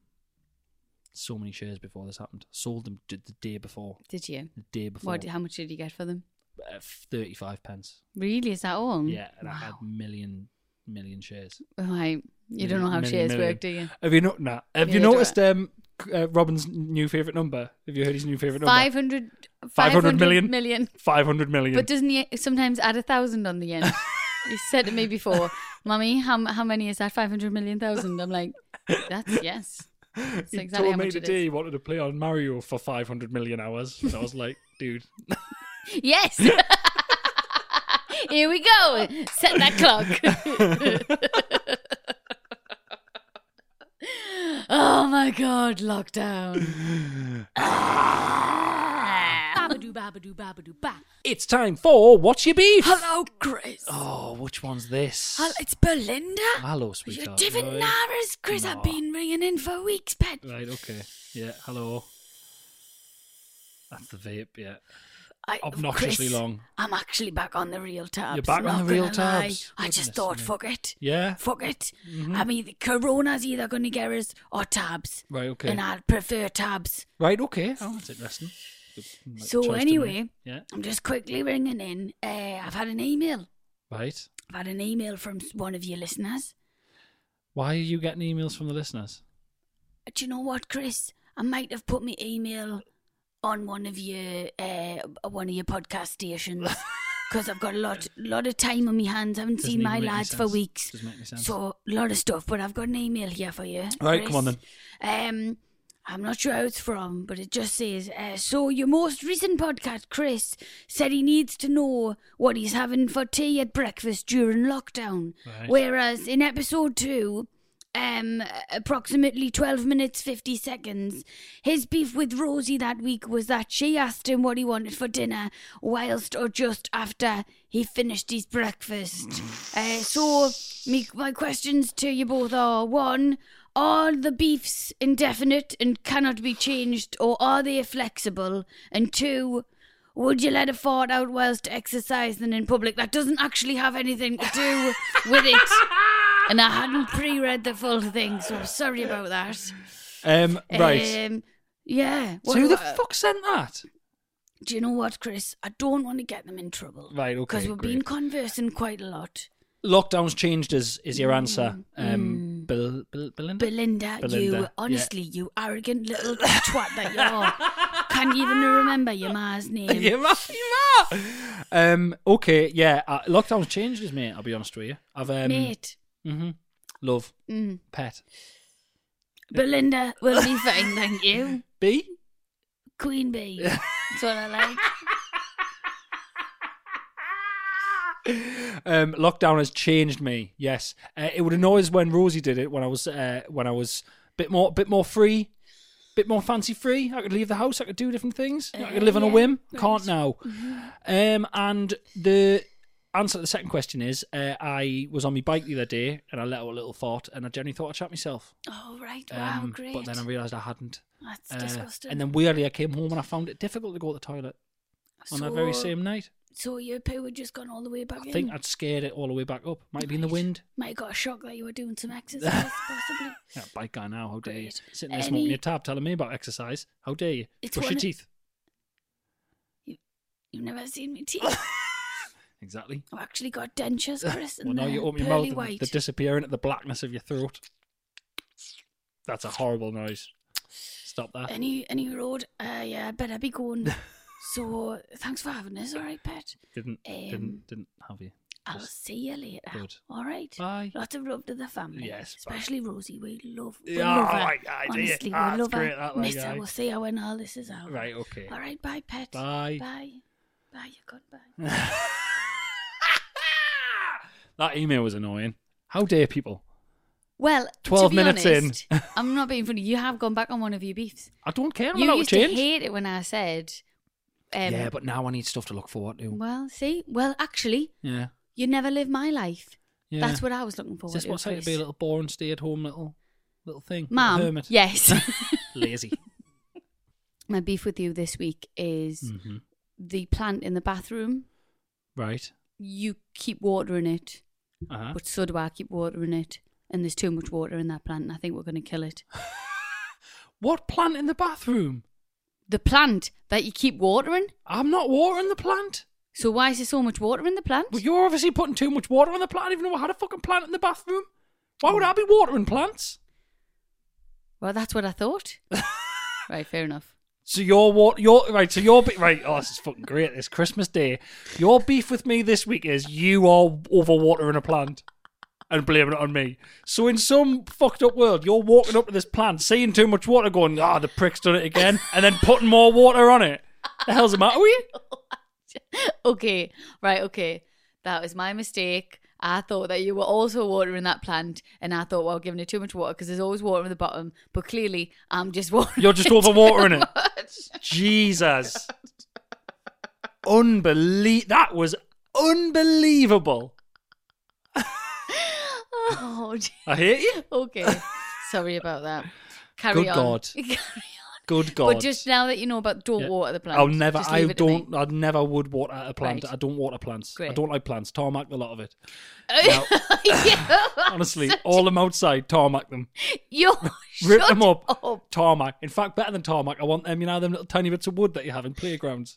S2: So many shares before this happened. Sold them d- the day before.
S1: Did you?
S2: The day before.
S1: What? How much did you get for them?
S2: Uh, 35 pence.
S1: Really? Is that all?
S2: Yeah, and I had million, million shares.
S1: Right. You don't
S2: Million-
S1: know how
S2: million,
S1: shares
S2: million.
S1: work, do you?
S2: Have you not? Nah. Have you
S1: Neither do
S2: noticed um, c- uh, Robin's new favorite number? Have you heard his new favorite number?
S1: 500,
S2: 500 million.
S1: million.
S2: Five hundred million.
S1: But doesn't he sometimes add a thousand on the end? he said to me
S2: *laughs*
S1: before, "Mummy, how how many is that? Five hundred million thousand? I'm like, "That's yes." That's
S2: he
S1: exactly how
S2: told me
S1: much it
S2: today
S1: is.
S2: he wanted to play on Mario for five hundred million hours, and I
S1: *laughs*
S2: was like, dude,
S1: Yes. *laughs* Here we go. Set that
S2: *laughs*
S1: clock. oh my god, lockdown.
S3: Babadoo, babadoo, babadoo, ba.
S2: it's time for what's your beef?
S1: Hello, Chris.
S2: Oh, which one's this?
S1: Hello, it's Belinda.
S2: Hello,
S1: You're
S2: sweetheart.
S1: different
S2: Right.
S1: Nara's, Chris. I've been ringing in for weeks, pet.
S2: Right, okay. Yeah, hello. That's the vape, yeah.
S1: I,
S2: Obnoxiously
S1: Chris,
S2: long.
S1: I'm actually back on the real tabs.
S2: You're back on
S1: not
S2: the real
S1: gonna lie.
S2: tabs.
S1: I just
S2: Goodness
S1: thought,
S2: me. Mm-hmm.
S1: fuck it.
S2: Yeah?
S1: Fuck it. I mean, the Corona's either going to get us or tabs.
S2: Right, okay.
S1: And I'd prefer tabs.
S2: Right, okay. Oh, that's interesting. Good, like,
S1: So
S2: choice to
S1: anyway-
S2: make. Yeah,
S1: I'm just quickly ringing in. Uh, I've had an email.
S2: right.
S1: I've had an email from s- one of your listeners.
S2: Why are you getting emails from the listeners?
S1: Uh, Do you know what, Chris? I might have put my email on one of your uh, one of your podcast
S2: *laughs*
S1: stations because I've got a lot lot of time on my hands. I haven't
S2: Doesn't
S1: seen
S2: even
S1: my
S2: make any
S1: lads for
S2: sense.
S1: weeks.
S2: Doesn't make any sense.
S1: So a lot of stuff, but I've got an email here for you.
S2: Right, come on then.
S1: Um, I'm not sure how it's from, but it just says, uh, "So your most recent podcast, Chris said he needs to know what he's having for tea at breakfast during lockdown.
S2: Right.
S1: Whereas in episode two, um, approximately 12 minutes 50 seconds, his beef with Rosie that week was that she asked him what he wanted for dinner whilst or just after he finished his breakfast. uh, so, me, my questions to you both are one, are the beefs indefinite and cannot be changed, or are they flexible? And two, would you let a fart out whilst exercising in public? That doesn't actually have anything to do with
S2: *laughs*
S1: it. And I hadn't pre read the full thing, so I'm sorry about that.
S2: Um, right.
S1: Um, yeah.
S2: so
S1: What-
S2: who the
S1: what-
S2: fuck sent that?
S1: Do you know what, Chris? I don't want to get them in trouble.
S2: Right, okay,
S1: Because we've been
S2: great.
S1: conversing quite a lot.
S2: Lockdown's changed is is your answer.
S1: Mm,
S2: Um, Bel- Bel- Belinda?
S1: Belinda,
S2: Belinda, yeah.
S1: you, honestly, you arrogant little *laughs* twat that you are. Can't even remember your
S2: *laughs*
S1: ma's name.
S2: You ma- you ma- Um, okay, yeah. Uh, lockdown's changed is, mate, I'll be honest with you. I've, um,
S1: Mate, Mm.
S2: hmm love, pet.
S1: Belinda will be fine, thank you.
S2: *laughs* B?
S1: Queen
S2: *laughs*
S1: bee. That's what I like.
S2: um, lockdown has changed me. Yes, uh, it would annoy us when Rosie did it when I was uh, when I was bit more bit more free, bit more fancy free. I could leave the house. I could do different things. I could live on a whim. Can't now.
S1: Mm-hmm.
S2: Um, and the answer to the second question is, uh, I was on my bike the other day and I let out a little fart and I generally thought I'd shot myself.
S1: Oh, right. Wow,
S2: Um,
S1: great.
S2: But then I realised I hadn't.
S1: That's
S2: Uh,
S1: disgusting.
S2: and then weirdly, I came home and I found it difficult to go to the toilet on that very
S1: So-
S2: same night.
S1: So your poo had just gone all the way back
S2: I
S1: in?
S2: think I'd scared it all the way back up. Might have been the wind.
S1: Might have got a shock that you were doing
S2: *laughs*
S1: some exercise, possibly.
S2: Yeah, bike guy now, how dare you?
S1: Great.
S2: Sitting there smoking
S1: Any-
S2: your tab, telling me about exercise. How dare you?
S1: It's
S2: Brush
S1: one
S2: your
S1: of-
S2: teeth.
S1: You've never seen me teeth.
S2: *laughs* Exactly.
S1: I've actually got
S2: *laughs*
S1: dentures, Chris.
S2: Well,
S1: and
S2: now you
S1: they're
S2: open your mouth
S1: pearly
S2: and
S1: white.
S2: they disappear into the blackness of your throat. That's a horrible noise. Stop that.
S1: Any any road? Uh, yeah, I better be
S2: *laughs*
S1: going. so thanks for having us. All right, pet.
S2: Didn't,
S1: um,
S2: didn't, didn't have you. *laughs*
S1: I'll see you later.
S2: Good.
S1: All right.
S2: Bye.
S1: Lots of love to the family.
S2: Yes, bye.
S1: Especially Rosie. We love. We
S2: Yeah,
S1: love her.
S2: I- I do.
S1: Honestly,
S2: Ah,
S1: we
S2: it's
S1: love
S2: great,
S1: her.
S2: that, like,
S1: Miss
S2: I-
S1: her. We'll see her when all this is out.
S2: Right, okay.
S1: All right. Bye, pet.
S2: Bye.
S1: Bye. Bye. You're gone. Bye.
S2: *laughs* Ah! That email was annoying. How dare people?
S1: Well, to
S2: 12
S1: be
S2: minutes in. *laughs*
S1: honest, in. I'm not being funny. You have gone back on one of your beefs.
S2: I don't care. I'm
S1: you
S2: allowed
S1: used
S2: to change.
S1: to hate it when I said. Um,
S2: yeah, but now I need stuff to look forward to.
S1: Well, see, well, actually,
S2: Yeah.
S1: you never live my life.
S2: yeah.
S1: That's what I was looking for.
S2: Is this what's like to be a little boring, stay-at-home little little thing? Little
S1: Mom,
S2: hermit.
S1: yes.
S2: *laughs*
S1: *laughs*
S2: Lazy.
S1: My beef with you this week is
S2: hmm
S1: the plant in the bathroom.
S2: Right.
S1: You keep watering it,
S2: Uh-huh.
S1: but so do I keep watering it. And there's too much water in that plant, and I think we're going to kill it.
S2: What plant in the bathroom?
S1: The plant that you keep watering?
S2: I'm not watering the plant.
S1: So why is there so much water in the plant?
S2: Well, you're obviously putting too much water on the plant. I don't even know I had a fucking plant in the bathroom. Why would I be watering plants?
S1: Well, that's what I
S2: *laughs*
S1: thought. right, fair enough. *laughs*
S2: So your what your right? So your be- right? Oh, this is fucking great. It's Christmas Day. Your beef with me this week is you are overwatering a plant and blaming it on me. So in some fucked up world, you're walking up to this plant, seeing too much water, going, ah, the prick's done it again, and then putting more water on it. The hell's the matter with you?
S1: Okay, right, okay. That was my mistake. I thought that you were also watering that plant, and I thought, well, giving it too much water because there's always water at the bottom. But clearly, I'm just watering.
S2: You're just
S1: it too
S2: overwatering it.
S1: much.
S2: Jesus. Unbelie That was unbelievable.
S1: *laughs* Oh, gee.
S2: I hate you.
S1: okay. *laughs* Sorry about that. Carry
S2: Good
S1: on.
S2: God.
S1: Carry
S2: Good
S1: on. *laughs*
S2: God.
S1: But just now that you know about don't
S2: Yeah.
S1: water the plant.
S2: I'll never.
S1: just
S2: I
S1: leave it to me.
S2: don't. I never would water a plant.
S1: Right.
S2: I don't water plants. I
S1: Great.
S2: don't like plants. Tarmac the lot of it. Now,
S1: *laughs* Yeah,
S2: *laughs*
S1: *laughs*
S2: honestly, all them outside, tarmac them,
S1: you
S2: *laughs* rip
S1: shut
S2: them up,
S1: up.
S2: tarmac. In fact, better than tarmac. I want them. You know them little tiny bits of wood that you have in playgrounds.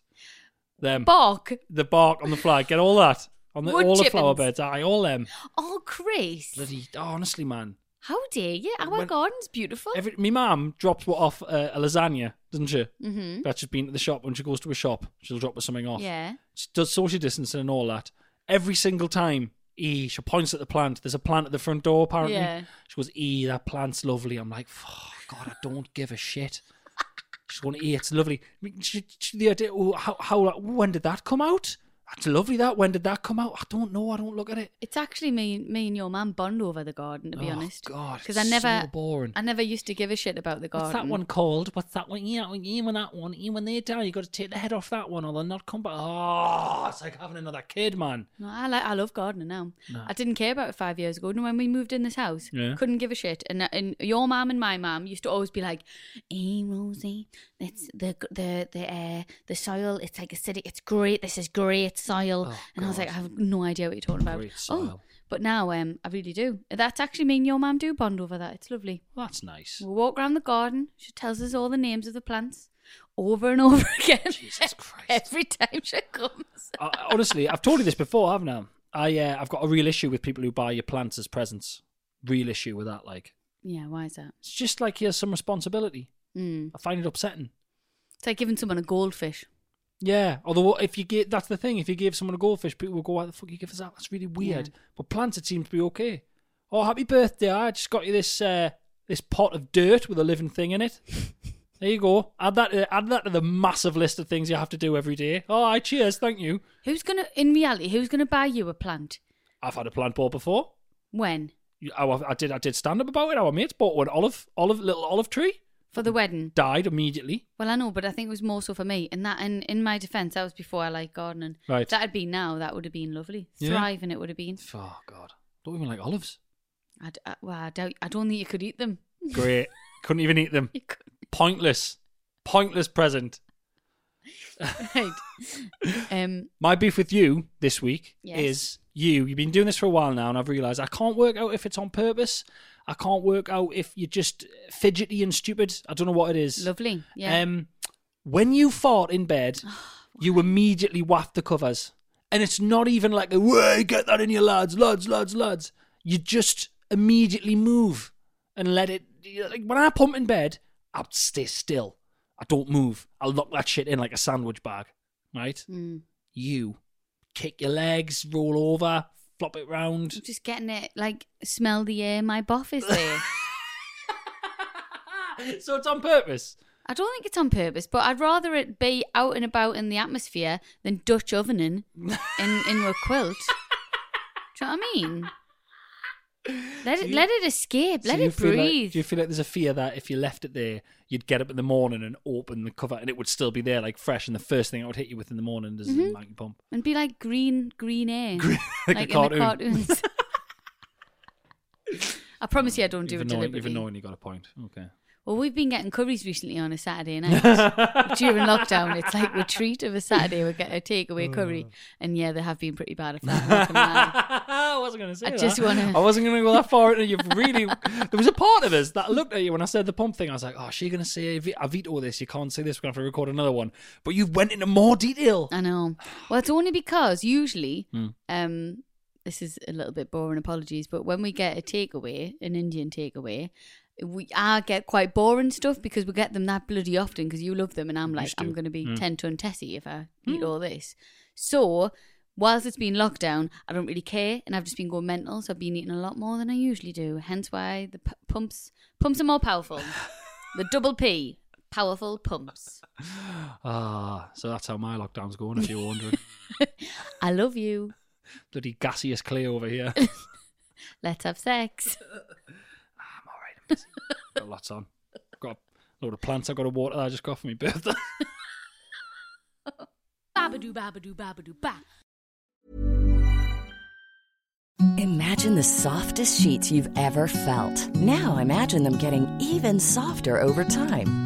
S2: Them
S1: Bark.
S2: the bark on the flag. Get all that on the,
S1: Wood
S2: all the flower
S1: chippings.
S2: beds. Aye, all them.
S1: Oh, Chris.
S2: Bloody oh, honestly, man.
S1: How dare you? Our
S2: When-
S1: garden's beautiful.
S2: Every, my mum drops what off uh, a lasagna, doesn't she? Mm-hmm. That she's been to the shop when she goes to a shop, she'll drop us something off.
S1: yeah.
S2: she does social distancing and all that. Every single time, E, she points at the plant. There's a plant at the front door, apparently.
S1: Yeah.
S2: She goes, E, that plant's lovely. I'm like, oh, God, I don't give
S1: *laughs*
S2: a shit. She's going, E, it's lovely. I mean, she, she, the idea, oh, how, how, when did that come out? That's lovely, that. When did that come out? I don't know. I don't look at it.
S1: It's actually me, me and your man bond over the garden, to be
S2: Oh,
S1: honest.
S2: God,
S1: because I
S2: it's
S1: never,
S2: so boring.
S1: I never used to give a shit about the garden.
S2: What's that one called? What's that one? Yeah, yeah, when that one, yeah, when they die, you got to take the head off that one, or they'll not come back. Oh, it's like having another kid, man.
S1: No, I like, I love gardening now. I didn't care about it five years ago. And when we moved in this house,
S2: Yeah.
S1: couldn't give a shit. And uh, and your mum and my mum used to always be like, "Hey, Rosie, it's the the the uh, the soil. It's like acidic. It's great. This is great soil."
S2: Oh,
S1: and I was like, "I
S2: God.
S1: have no idea what you're talking about."
S2: Great
S1: Oh,
S2: soil.
S1: but now um, I really do. That's actually me and your mum do bond over that. It's lovely.
S2: That's
S1: *laughs*
S2: nice.
S1: We walk around the garden. She tells us all the names of the plants over and *laughs* over again.
S2: Jesus Christ.
S1: Every time she comes.
S2: I, honestly, I've told you this before, haven't I? I uh, I've got a real issue with people who buy your plants as presents. Real issue with that. Like
S1: Yeah, why is that?
S2: it's just like here's some responsibility.
S1: Mm.
S2: I find it upsetting.
S1: It's like giving someone a goldfish.
S2: Yeah. Although if you get that's the thing, if you give someone a goldfish, people will go, "Why the fuck you give us that? That's really weird." But plants, it seems to be okay. Oh, happy birthday! I just got you this uh, this pot of dirt with a living thing in it. There you go. Add that. uh, add that to the massive list of things you have to do every day. Oh, I cheers. Thank you.
S1: Who's gonna, in reality, who's gonna buy you a plant?
S2: I've had a plant ball before.
S1: When
S2: You- I, I did I did stand up about it. Our mates bought one olive olive little olive tree.
S1: for the wedding?
S2: Died immediately.
S1: Well, I know, but I think it was more so for me. And that, and in my defence, that was before I liked gardening.
S2: Right.
S1: If that had been now, that would have been lovely,
S2: Yeah.
S1: thriving. It would have been.
S2: Oh God, don't even like olives.
S1: I, d- I- well, I doubt. I don't think you could eat them. *laughs*
S2: Great. Couldn't even eat them.
S1: You could.
S2: Pointless. Pointless present.
S1: Right. um.
S2: My beef with you this week
S1: Yes.
S2: is you. You've been doing this for a while now, and I've realised I can't work out if it's on purpose. I can't work out if you're just fidgety and stupid. I don't know what it is.
S1: Lovely. Yeah.
S2: Um, when you fart
S1: *sighs*
S2: in bed, you immediately waft the covers, and it's not even like a "Way, get that in your lads, lads, lads, lads." You just immediately move and let it. Like when I pump in bed, I stay still. I don't move. I lock that shit in like a sandwich bag, right?
S1: Mm.
S2: You kick your legs, roll over, flop it round. *laughs*
S1: I'm just getting it. Like, smell the air. My boff is there.
S2: so it's on purpose.
S1: I don't think it's on purpose, but I'd rather it be out and about in the atmosphere than Dutch
S2: *laughs*
S1: ovening in, in a quilt. Do you know what I mean? Let it, let it escape.
S2: So
S1: let
S2: you
S1: it
S2: feel like-
S1: breathe.
S2: do you feel like there's a fear that if you left it there, you'd get up in the morning and open the cover and it would still be there, like fresh, and the first thing it would hit you with in the morning is
S1: Mm-hmm.
S2: a monkey pump?
S1: and be like green, green air,
S2: *laughs* like a
S1: like in the
S2: cartoon. *laughs*
S1: cartoons. I promise you, I don't do
S2: You've
S1: it
S2: annoying, you've
S1: deliberately.
S2: annoyingly got a point.
S1: *laughs*
S2: Okay.
S1: Well, we've been getting curries recently on a
S2: *laughs*
S1: Saturday night during lockdown. It's like we treat of a Saturday. We get a takeaway
S2: *laughs*
S1: curry, and yeah, they have been pretty bad. If I'm not gonna lie.
S2: I wasn't going to say
S1: I
S2: that.
S1: just wanna-
S2: I wasn't going to go that far. And you've really. there was a part of us that looked at you when I said the pump thing. I was like, "Oh, is she going to say I ve- I veto this? You can't say this. We're going to have to record another one." But you went into more detail.
S1: I know. Well, it's only because usually, um, this is a little bit boring. Apologies, but when we get a takeaway, an Indian takeaway, we I get quite boring stuff because we get them that bloody often. Because you love them, and I'm like,
S2: Used to.
S1: I'm going to be ten ton Tessie if I eat all this. So. Whilst it's been lockdown, I don't really care, and I've just been going mental, so I've been eating a lot more than I usually do. Hence why the p- pumps pumps are more powerful. the double P, powerful pumps.
S2: Ah, so that's how my lockdown's going.
S1: *laughs*
S2: If you're wondering,
S1: I love you.
S2: bloody gaseous clay over
S1: *laughs*
S2: here. I'm
S1: Let's have sex.
S2: all right. I'm busy. Got lots on. Got a load of plants. I've got to water. That I just got for my birthday. *laughs*
S3: Babadoo, babadoo, babadoo, ba.
S5: Imagine the softest sheets you've ever felt. Now imagine them getting even softer over time.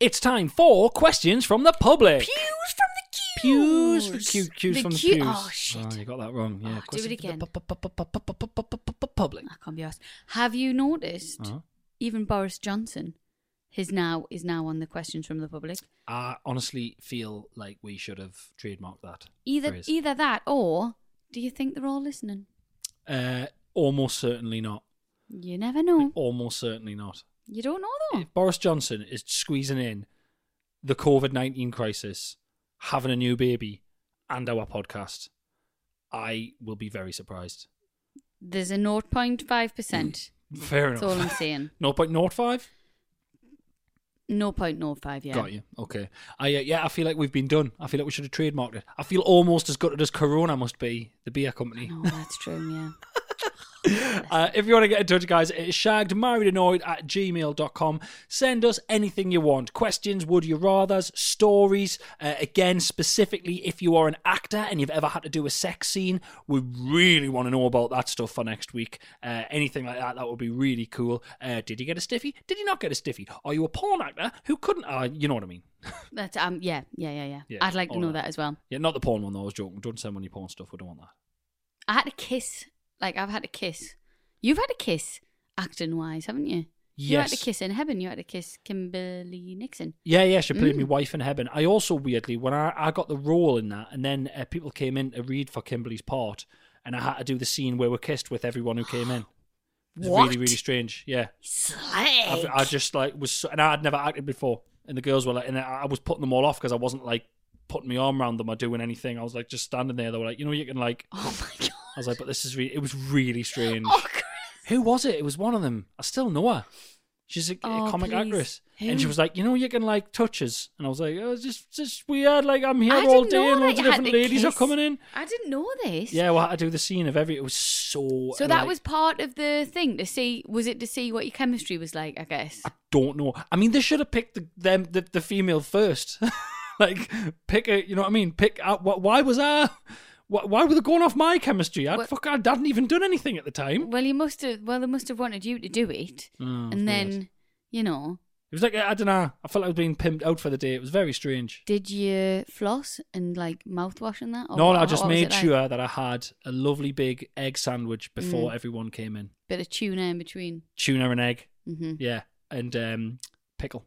S2: It's time for questions from the public.
S1: Pews from the queues.
S2: Pews, Q, cues
S1: the
S2: from the
S1: queue-
S2: pews.
S1: Oh shit!
S2: you got that wrong. Yeah,
S1: Oh,
S2: of course
S1: do it
S2: you did.
S1: again.
S2: Pu- pu- pu- pu- pu- pu- pu- pu- pu- Public.
S1: I can't be asked. Have you noticed?
S2: Uh-huh.
S1: Even Boris Johnson, his now is now on the questions from the public.
S2: I honestly feel like we should have trademarked that.
S1: Either e-
S2: phrase.
S1: either that or do you think they're all listening?
S2: Uh, almost certainly not.
S1: You never know.
S2: Almost certainly not.
S1: You don't know though.
S2: If Boris Johnson is squeezing in the COVID 19 crisis, having a new baby, and our podcast, I will be very surprised.
S1: There's a 0.5 percent.
S2: Fair
S1: That's
S2: enough.
S1: all I'm
S2: *laughs*
S1: saying.
S2: 0.05?
S1: 0.05. Yeah.
S2: Got you. Okay. I uh, yeah, I feel like we've been done. I feel like we should have trademarked it. I feel almost as gutted as Corona must be, the beer company.
S1: No, that's true. Yeah.
S2: Uh, if you want to get in touch, guys, it is shagged, married, annoyed at gmail.com. Send us anything you want questions, would you rathers, stories. Uh, again, specifically, if you are an actor and you've ever had to do a sex scene, we really want to know about that stuff for next week. Uh, anything like that, that would be really cool. Uh, did you get a stiffy? Did you not get a stiffy? Are you a porn actor who couldn't? Uh, you know what I mean.
S1: That's um. Yeah. Yeah. Yeah. Yeah.
S2: Yeah,
S1: I'd like to
S2: all
S1: know
S2: right.
S1: that as well.
S2: Yeah, not the porn one, though. I was joking. Don't send any porn stuff. We don't want that.
S1: I had to kiss. Like I've had to kiss. You've had a kiss, acting wise, haven't you? You had to
S2: Yes.
S1: kiss in heaven. You had to kiss Kimberly Nixon.
S2: Yeah, yeah, she played
S1: Mm.
S2: me wife in heaven. I also weirdly, when I, I got the role in that, and then uh, people came in to read for Kimberly's part, and I had to do the scene where we're kissed with everyone who came in. It was really, really strange. Yeah, I've, I just like was, so, and I had never acted before, and the girls were like, and I, I was putting them all off because I wasn't like putting my arm around them or doing anything. I was like just standing there. They were like, you know, you can like. *laughs*
S1: Oh my god. *laughs*
S2: I was like, but this is really. It was really strange.
S1: Oh, Chris.
S2: Who was it? It was one of them. I still know her. She's a, a
S1: Oh,
S2: comic
S1: please.
S2: actress,
S1: Who?
S2: and she was like, you know, you can like touch us, and I was like, oh, it's just just weird. Like I'm here
S1: I
S2: all
S1: didn't
S2: day,
S1: know
S2: and
S1: that
S2: loads of
S1: you had
S2: different
S1: to
S2: ladies
S1: kiss.
S2: are coming in.
S1: I didn't know this.
S2: Yeah, well, I had to do the scene of every. It was so.
S1: So that
S2: like,
S1: was part of the thing to see. Was it to see what your chemistry was like? I guess.
S2: I don't know. I mean, they should have picked the, them the, the female first. *laughs* like, pick a. You know what I mean? Pick out. What, why was I? Why, why were they going off my chemistry? I
S1: Well-
S2: fuck. I hadn't even done anything at the time.
S1: Well, you must have. Well, they must have wanted you to do it,
S2: Oh,
S1: and then
S2: weird.
S1: you know,
S2: It was like I don't know. I felt like I was being pimped out for the day. It was very strange.
S1: did you floss and like mouthwash and that? Or
S2: no, no, I
S1: Oh, what-
S2: just
S1: what was
S2: made
S1: it like?
S2: sure that I had a lovely big egg sandwich before
S1: Mm.
S2: everyone came in.
S1: Bit of tuna in between.
S2: Tuna and egg,
S1: hmm
S2: yeah, and um, pickle,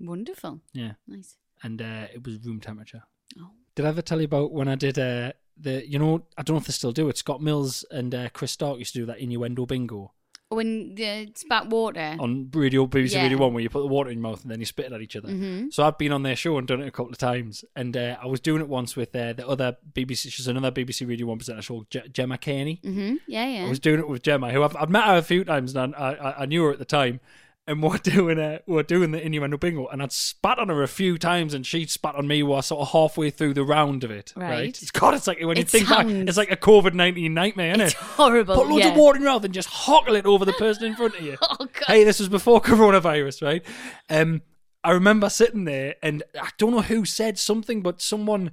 S1: Wonderful.
S2: yeah,
S1: Nice.
S2: and uh, it was room temperature.
S1: Oh.
S2: Did I ever tell you about when I did uh, the? You know, I don't know if they still do it. Scott Mills and uh, Chris Stark used to do that innuendo bingo
S1: When the spat water.
S2: on Radio BBC
S1: Yeah.
S2: Radio One, where you put the water in your mouth and then you spit it at each other.
S1: Mhm.
S2: So I'd been on their show and done it a couple of times, and uh, I was doing it once with uh, the other BBC. She's another BBC Radio One presenter, called Je- Gemma Caney.
S1: hmm Yeah, yeah.
S2: I was doing it with Gemma, who I've, I've met her a few times, and I, I, I knew her at the time. And we're *laughs* doing uh, we're doing the innuendo bingo, and I'd spat on her a few times, and she'd spat on me. While sort of halfway through the round of it, right?
S1: Right.
S2: God, it's like when you
S1: It
S2: think back,
S1: sounds-
S2: it's like a COVID nineteen nightmare, isn't
S1: it's *laughs*
S2: it?
S1: horrible.
S2: Put loads
S1: yeah.
S2: of water in your mouth and just hockle it over the person in front of you.
S1: *laughs* Oh god.
S2: Hey, this was before *laughs* coronavirus, right? Um, I remember sitting there, and I don't know who said something, but someone,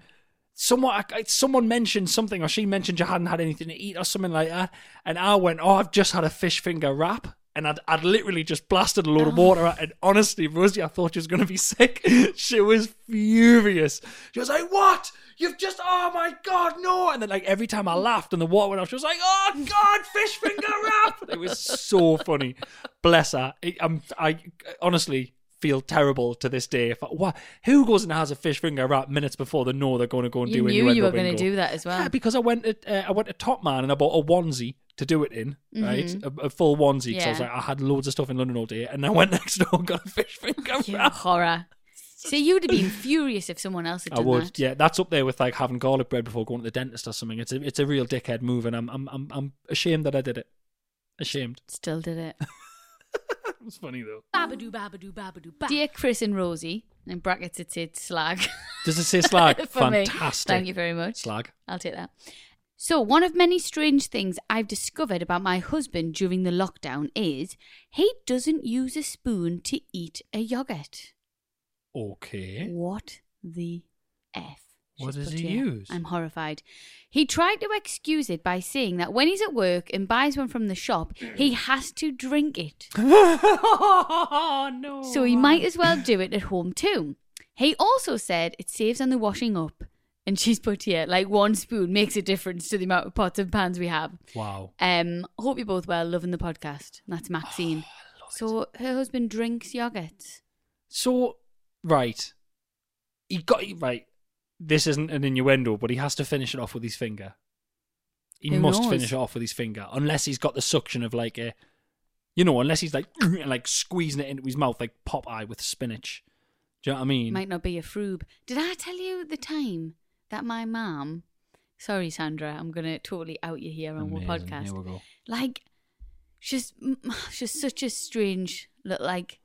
S2: someone, I- someone mentioned something, or she mentioned you hadn't had anything to eat or something like that, and I went, "Oh, I've just had a fish finger wrap." And I'd, I'd literally just blasted a load of water at And honestly, Rosie, I thought she was going to be *laughs* sick. she was furious. She was like, What? You've just, oh my God, no. And then, like, every time I laughed and the water went off, she was like, Oh God, fish finger wrap. it was so funny. Bless her. It, i I honestly feel terrible to this day. If I, wha- who goes and has a fish finger wrap minutes before they know they're going to go and
S1: you
S2: do
S1: knew you
S2: innuendo
S1: were going to
S2: bingo?
S1: do that as well.
S2: Yeah,
S1: *laughs*
S2: because I went to, uh, I went to Top Man and I bought a onesie to do it in, right? A, a full onesie. So I was
S1: Mm-hmm. Yeah.
S2: like, I had loads of stuff in London all day, and I went *laughs* next door and got a fish finger
S1: *laughs* You
S2: wrap.
S1: horror. So you'd have been furious if someone else had
S2: I
S1: done
S2: would,
S1: that.
S2: yeah. That's up there with like having garlic bread before going to the dentist or something. It's a it's a real dickhead move, and I'm I'm I'm, I'm ashamed that I did it. *laughs* Ashamed.
S1: Still did it.
S2: It was funny though.
S3: Babadoo, babadoo, babadoo, ba.
S1: Dear Chris and Rosie, in brackets it said slag. *laughs*
S2: Does it say slag?
S1: For me.
S2: Fantastic.
S1: Thank you very much.
S2: Slag.
S1: I'll take that. So, one of many strange things I've discovered about my husband during the lockdown is he doesn't use a spoon to eat a yogurt. *laughs*
S2: Okay.
S1: What the F?
S2: What
S1: She's
S2: does
S1: put
S2: he
S1: here.
S2: use?
S1: I'm horrified. He tried to excuse it by saying that when he's at work and buys one from the shop, he has to drink it.
S2: oh no.
S1: So he might as well do it at home too. He also said it saves on the washing up. And she's put here, like one spoon makes a difference to the amount of pots and pans we have.
S2: Wow.
S1: Um, hope you're both well, loving the podcast. And That's
S2: Oh,
S1: Maxine. so her husband drinks yogurt.
S2: So right. He got it right. This isn't an innuendo, but he has to finish it off with his finger. He
S1: Who
S2: must
S1: knows?
S2: finish it off with his finger, unless he's got the suction of like a, you know, unless he's like *clears throat* and like squeezing it into his mouth like Popeye with spinach. Do you know what I mean?
S1: Might not be a froob. Did I tell you the time that my mum? Sorry, Sandra, I'm gonna totally out you here on
S2: Amazing.
S1: our podcast.
S2: Here we go.
S1: like she's *sighs* mm, she's such a strange look like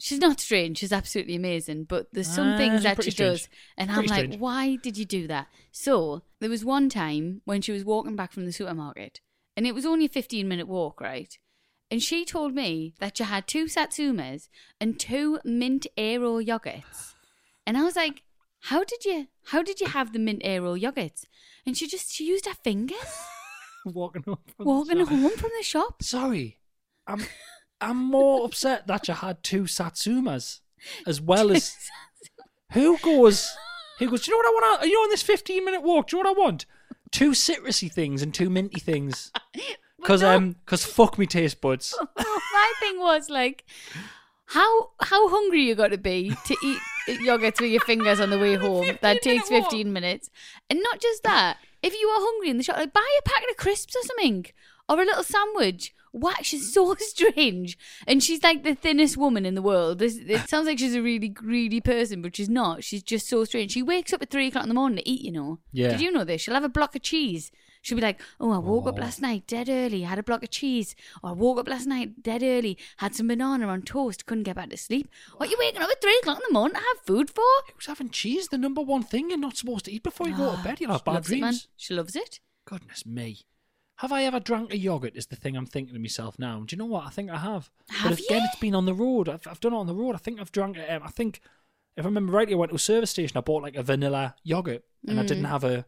S1: she's not strange she's absolutely amazing but there's some
S2: Ah,
S1: things
S2: she's
S1: that
S2: pretty
S1: she
S2: strange.
S1: does and
S2: She's
S1: i'm
S2: pretty
S1: like
S2: strange.
S1: why did you do that so there was one time when she was walking back from the supermarket and it was only a 15 minute walk right and she told me that she had two satsumas and two mint aero yogurts and i was like how did you how did you have the mint aero yogurts and she just she used her fingers
S2: Walking home.
S1: *laughs*
S2: from the
S1: walking
S2: shop.
S1: home from the shop.
S2: Sorry, I'm
S1: *laughs*
S2: I'm more upset that you had two satsumas as well as who goes who goes. Do you know what I want? Are you on this fifteen minute walk? Do you know what I want? Two citrusy things and two
S1: *laughs*
S2: minty things. Because
S1: no.
S2: um, because fuck me taste buds.
S1: *laughs* My thing was like, how how hungry you got to be to eat yogurt with your fingers on the
S2: *laughs*
S1: way home? That takes fifteen minutes, and not just that. If you are hungry in the shop, like buy a packet of crisps or something, or a little sandwich. Wow, she's so *laughs* strange, and she's like the thinnest woman in the world. This, it sounds like she's a really greedy person, but she's not. She's just so strange. She wakes up at three o'clock in the morning to eat. You know?
S2: Yeah.
S1: Did you know this? She'll have a block of cheese She'll be like, "Oh, I woke up last night dead early, had a block of cheese, or I woke up last night dead early, had some banana on toast, couldn't get back to sleep. What are you waking up at three o'clock in the morning to have food for?"
S2: Who's having cheese? The number one thing you're not supposed to eat before you go to bed. You'll have
S1: Ah, She
S2: bad
S1: loves it, man.
S2: dreams.
S1: She loves it.
S2: Goodness me. Have I ever drank a yogurt? Is the thing I'm thinking to myself now. Do you know what? I think I have.
S1: Have
S2: but again,
S1: you?
S2: it's been on the road. I've, I've done it on the road. I think I've drunk. Um, I think if I remember rightly, I went to a service station. I bought like a vanilla yogurt, and I didn't
S1: Mm.
S2: have a.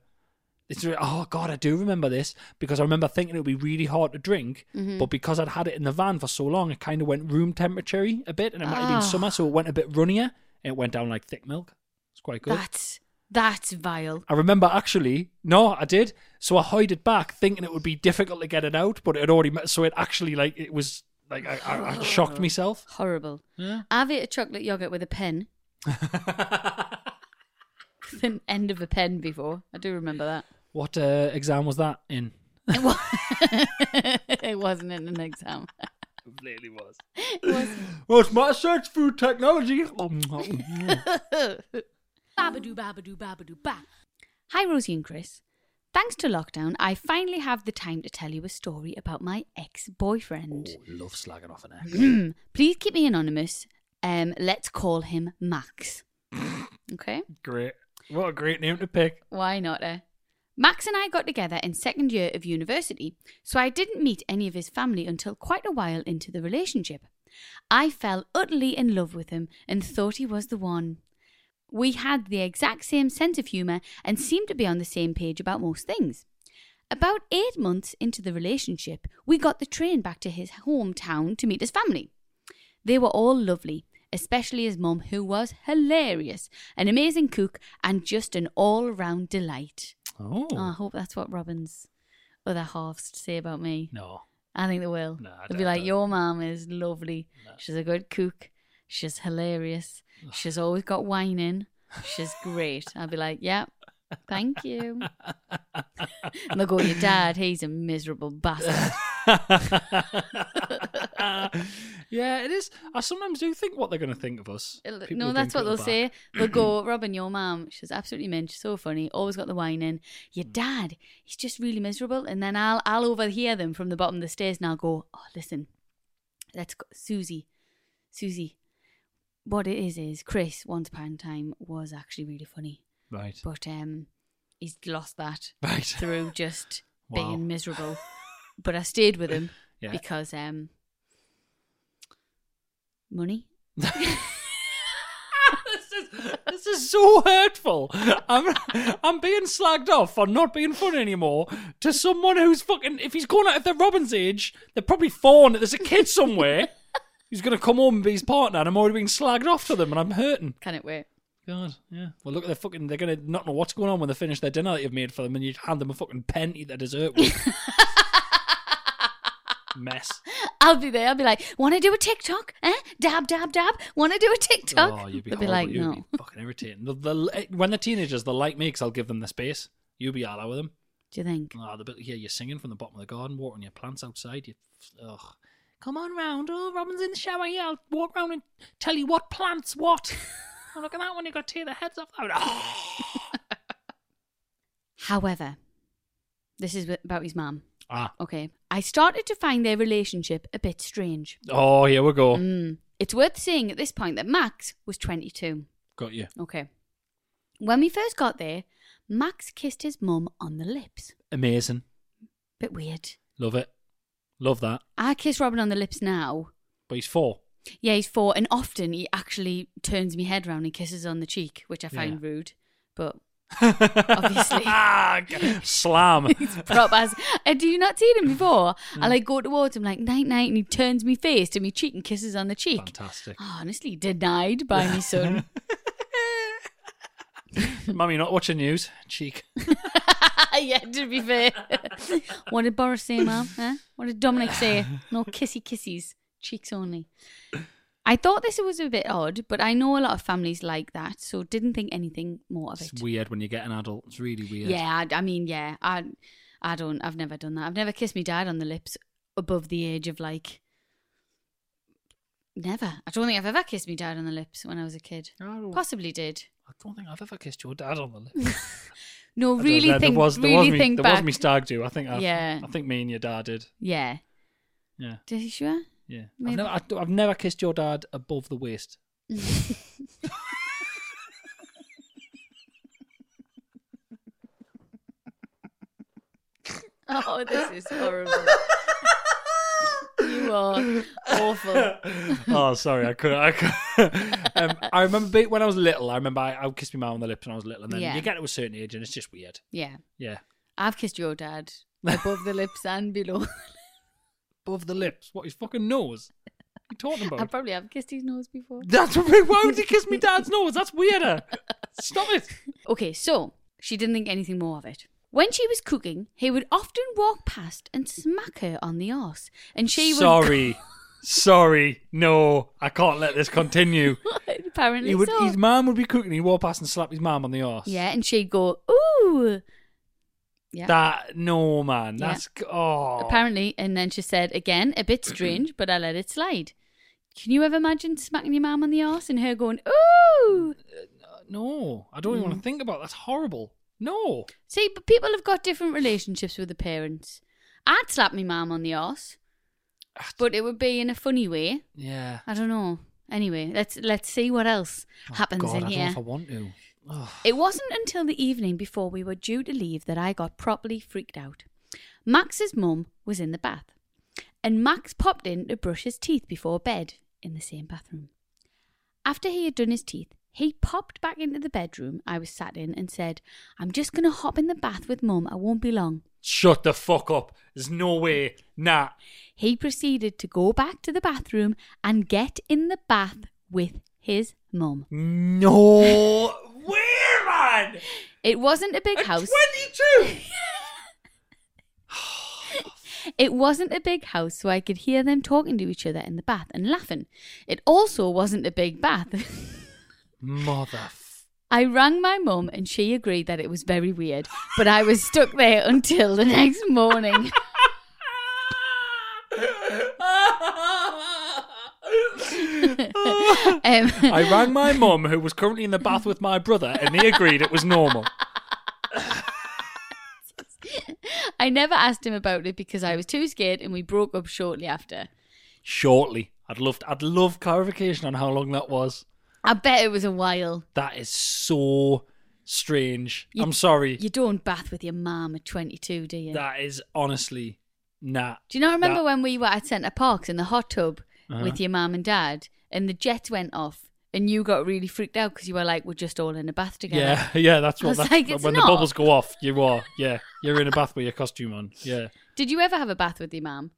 S2: It's re- oh god, I do remember this because I remember thinking it would be really hard to drink,
S1: Mm-hmm.
S2: but because I'd had it in the van for so long, it kind of went room temperature a bit, and it might have
S1: Ah.
S2: been summer, so it went a bit runnier, and it went down like thick milk. It's quite good.
S1: That's that's vile.
S2: I remember actually, no, I did. So I hid it back, thinking it would be difficult to get it out, but it had already. Met, so it actually like it was like I, I, I shocked myself.
S1: Horrible.
S2: Yeah.
S1: I've ate a chocolate yogurt with a
S2: *laughs*
S1: pen. With an end of a pen before. I do remember
S2: *laughs*
S1: that.
S2: What uh, exam was that in?
S1: It, wa- *laughs* it wasn't in an exam.
S2: Clearly was.
S1: It was.
S2: Well, it's my search food technology.
S3: Babadoo, babadoo, babadoo, ba.
S1: Hi, Rosie and Chris. Thanks to lockdown, I finally have the time to tell you a story about my ex boyfriend.
S2: Oh, love slagging off an egg.
S1: Please keep me anonymous. Um, let's call him
S2: *laughs*
S1: Max. Okay?
S2: *laughs* Great. What a great name to pick.
S1: Why not, eh? Max and I got together in second year of university, so I didn't meet any of his family until quite a while into the relationship. I fell utterly in love with him and thought he was the one. We had the exact same sense of humour and seemed to be on the same page about most things. About eight months into the relationship, we got the train back to his hometown to meet his family. They were all lovely, especially his mum, who was hilarious, an amazing cook, and just an all round delight.
S2: Oh.
S1: Oh, I hope that's what Robin's other halves say about me.
S2: No. *laughs*
S1: I think they will.
S2: No, I
S1: They'll
S2: doubt
S1: be like,
S2: that.
S1: Your mum is lovely. She's a good cook. She's hilarious. She's always got wine in. She's great. I'll be like, Yeah, thank
S2: *laughs*
S1: you. and they'll go, Your dad, he's a miserable bastard.
S2: yeah, it is. I sometimes do think what they're going to think of us.
S1: It'll-
S2: People
S1: no,
S2: who
S1: that's
S2: think
S1: what they'll
S2: we're bad.
S1: say. They'll go, *clears throat* Robin, your mum, she's absolutely mint, she's so funny, always got the wine in. Your
S2: Mm.
S1: dad, he's just really miserable. And then I'll I'll overhear them from the bottom of the stairs and I'll go, oh, listen, let's go, Susie, Susie, what it is is Chris once upon a time was actually really funny,
S2: Right.
S1: but um, he's lost that
S2: *laughs* Right.
S1: through just
S2: *laughs* Wow.
S1: being
S2: *laughs*
S1: miserable. But I stayed with him
S2: Yeah.
S1: because um,
S2: *laughs*
S1: money. *laughs*
S2: This is so hurtful. I'm I'm being slagged off for not being fun anymore to someone who's fucking. If he's going out, if they're Robin's age, they're probably fawn. There's a kid somewhere who's going to come home and be his partner, and I'm already being slagged off to them, and I'm hurting.
S1: Can it wait?
S2: God, yeah. Well, look at the fucking. They're going to not know what's going on when they finish their dinner that you've made for them, and you hand them a fucking pen to eat their dessert *laughs* with. Mess.
S1: I'll be there. I'll be like, want to do a TikTok? Eh? Dab, dab, dab. Want to do a TikTok?
S2: Oh, you'd be,
S1: They'll be
S2: horrible.
S1: like,
S2: you'd
S1: no.
S2: be fucking irritating. The, the, when they're teenagers, they're like me because I'll give them the space. You'll be all out with them.
S1: Do you think?
S2: Ah, the bit yeah, you're singing from the bottom of the garden, watering your plants outside. You, ugh. Come on round, oh, Robin's in the shower. Yeah, I'll walk round and tell you what
S1: *laughs*
S2: plants what. oh, look at that one. You got to tear the heads off. that one. *laughs*
S1: However, this is about his mum.
S2: ah,
S1: Okay. I started to find their relationship a bit strange.
S2: oh, here we go.
S1: Mm. It's worth saying at this point that Max was 22.
S2: Got you
S1: Okay. When we first got there, Max kissed his mum on the lips.
S2: amazing.
S1: Bit weird.
S2: Love it. Love that.
S1: I kiss Robin on the lips now.
S2: But he's four.
S1: Yeah, he's four, and often he actually turns me head round and kisses on the cheek, which I find
S2: Yeah.
S1: rude. But
S2: *laughs*
S1: Obviously.
S2: Ah,
S1: *laughs*
S2: Slam.
S1: prop
S2: *laughs*
S1: as I do you not see him before. I
S2: Mm.
S1: like go towards him like night night, and he turns me face to me cheek and kisses on the cheek.
S2: Fantastic.
S1: Oh, honestly, denied by me
S2: *laughs*
S1: son. *laughs*
S2: Mummy, not watching news. Cheek.
S1: yeah, to be fair. what did Boris say, Mum? Huh? What did Dominic
S2: *laughs*
S1: say? No kissy kissies, cheeks only. I thought this was a bit odd, but I know a lot of families like that, so didn't think anything more of it.
S2: *laughs* It's weird when you get an adult. It's really weird.
S1: Yeah, I, I mean, yeah, I, I don't. I've never done that. I've never kissed my dad on the lips above the age of like. Never. I don't think I've ever kissed my dad on the lips when I was a kid.
S2: Oh, I don't,
S1: Possibly did.
S2: I don't think I've ever kissed your dad on the lips.
S1: No,
S2: I don't
S1: really
S2: know.
S1: think.
S2: There was, there
S1: really
S2: was me,
S1: think
S2: there
S1: back.
S2: was me stag do. I think. I,
S1: Yeah.
S2: I think me and your dad did.
S1: Yeah.
S2: Yeah.
S1: Did you sure?
S2: Yeah.
S1: Maybe.
S2: I've never, I, have never kissed your dad above the *laughs* waist.
S1: *laughs* Oh, this is horrible. you are awful.
S2: oh, sorry, I couldn't. I, couldn't. *laughs* um, I remember be- when I was little. I remember I, I would kiss my mum on the lips when I was little, and then
S1: Yeah.
S2: you get to a certain age, and it's just weird.
S1: Yeah.
S2: Yeah,
S1: I've kissed your dad above the lips and
S2: *laughs*
S1: below.
S2: above the lips. What his fucking nose? What are you talking
S1: I
S2: about?
S1: probably have kissed his nose before.
S2: Oh. That's why would you kiss
S1: *laughs*
S2: me dad's nose? That's *laughs* weirder. Stop it.
S1: Okay, so she didn't think anything more of it. When she was cooking, he would often walk past and smack her on the arse, and she would. *laughs*
S2: sorry, sorry. No, I can't let this continue.
S1: apparently
S2: He would,
S1: so.
S2: his mum would be cooking. He walk past and slap his mum on the arse.
S1: Yeah, and she'd go, ooh. Yeah.
S2: That no man.
S1: Yeah.
S2: That's oh.
S1: Apparently, and then she said again, a bit strange, but I let it slide. Can you ever imagine smacking your mum on the arse and her going, ooh?
S2: No, I don't even
S1: Mm.
S2: want to think about. It. That's horrible. No.
S1: See, but people have got different relationships with the parents. I'd slap my mum on the arse, but it would be in a funny way.
S2: Yeah.
S1: I don't know. Anyway, let's let's see what else happens
S2: Oh, God,
S1: in
S2: I
S1: here.
S2: don't know if I want to. Ugh.
S1: It wasn't until the evening before we were due to leave that I got properly freaked out. Max's mum was in the bath, and Max popped in to brush his teeth before bed in the same bathroom. After he had done his teeth, he popped back into the bedroom I was sat in and said, I'm just going to hop in the bath with mum, I won't be long.
S2: Shut the fuck up. There's no way. Nah.
S1: He proceeded to go back to the bathroom and get in the bath with his mum. *laughs*
S2: No.
S4: Where, man?
S1: It wasn't a big house.
S4: 22!
S1: *laughs* It wasn't a big house, so I could hear them talking to each other in the bath and laughing. It also wasn't a big bath. *laughs*
S2: Mother. f-
S1: I rang my mum and she agreed that it was very weird, but I was stuck there until the next morning. um,
S2: I rang my mum, who was currently in the bath with my brother, and they agreed it was normal.
S1: I never asked him about it because I was too scared and we broke up shortly after.
S2: Shortly. I'd love. I'd love clarification on how long that was.
S1: I bet it was a while.
S2: That is so strange.
S1: You-
S2: I'm sorry.
S1: You don't bath with your mum at 22, do you?
S2: That is honestly nah.
S1: Do you not remember
S2: that- Uh-huh.
S1: when we were at Centre Parks in the hot tub with your mum and dad, and the jet went off, and you got really freaked out because you were like, "We're just all in a bath together."
S2: Yeah, *laughs* yeah, that's
S1: I was
S2: what. That's,
S1: like, it's
S2: when
S1: not.
S2: the bubbles go off, you are. Yeah, you're in a bath with your costume on. Yeah,
S1: Did you ever have a bath with your mum?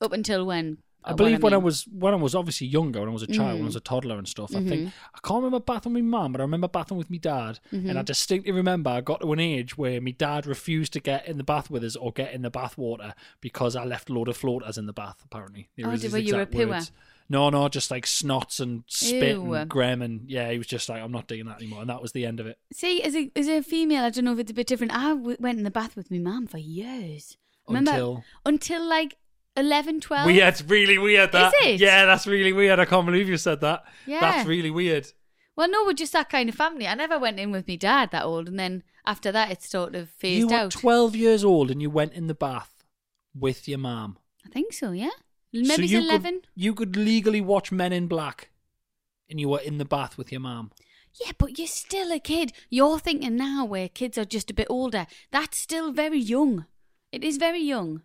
S1: Up until when?
S2: I
S1: Or
S2: believe when I
S1: mean.
S2: was when I was obviously younger, when I was a child, when I was
S1: Mm.
S2: a toddler and stuff. I
S1: Mm-hmm.
S2: think I can't remember bathing with my mum, but I remember bathing with my dad,
S1: Mm-hmm.
S2: and I distinctly remember I got to an age where my dad refused to get in the bath with us or get in the bath water because I left a load of floaters in the bath. Apparently, They
S1: Oh,
S2: was
S1: did-
S2: his
S1: were you a
S2: exact
S1: pooer?
S2: words. No, no, just like snots and spit
S1: Ew.
S2: and grem and yeah, he was just like, I'm not doing that anymore, and that was the end of it.
S1: See, as a as a female, I don't know if it's a bit different. I w- went in the bath with my mum for years. Remember,
S2: Until-
S1: until like 11, 12?
S2: Weird, really weird. That
S1: it?
S2: yeah, that's really weird. I can't believe you said that.
S1: Yeah.
S2: that's really weird.
S1: Well, no, we're just that kind of family. I never went in with my dad that old, and then after that, it sort of phased
S2: you were
S1: out.
S2: twelve years old and you went in the bath with your mom.
S1: I think so. Yeah,
S2: So
S1: maybe
S2: you
S1: it's eleven.
S2: Could, you could legally watch Men in Black, and you were in the bath with your mom. *sighs*
S1: Yeah, but you're still a kid. You're thinking now where kids are just a bit older. That's still very young. It is very young.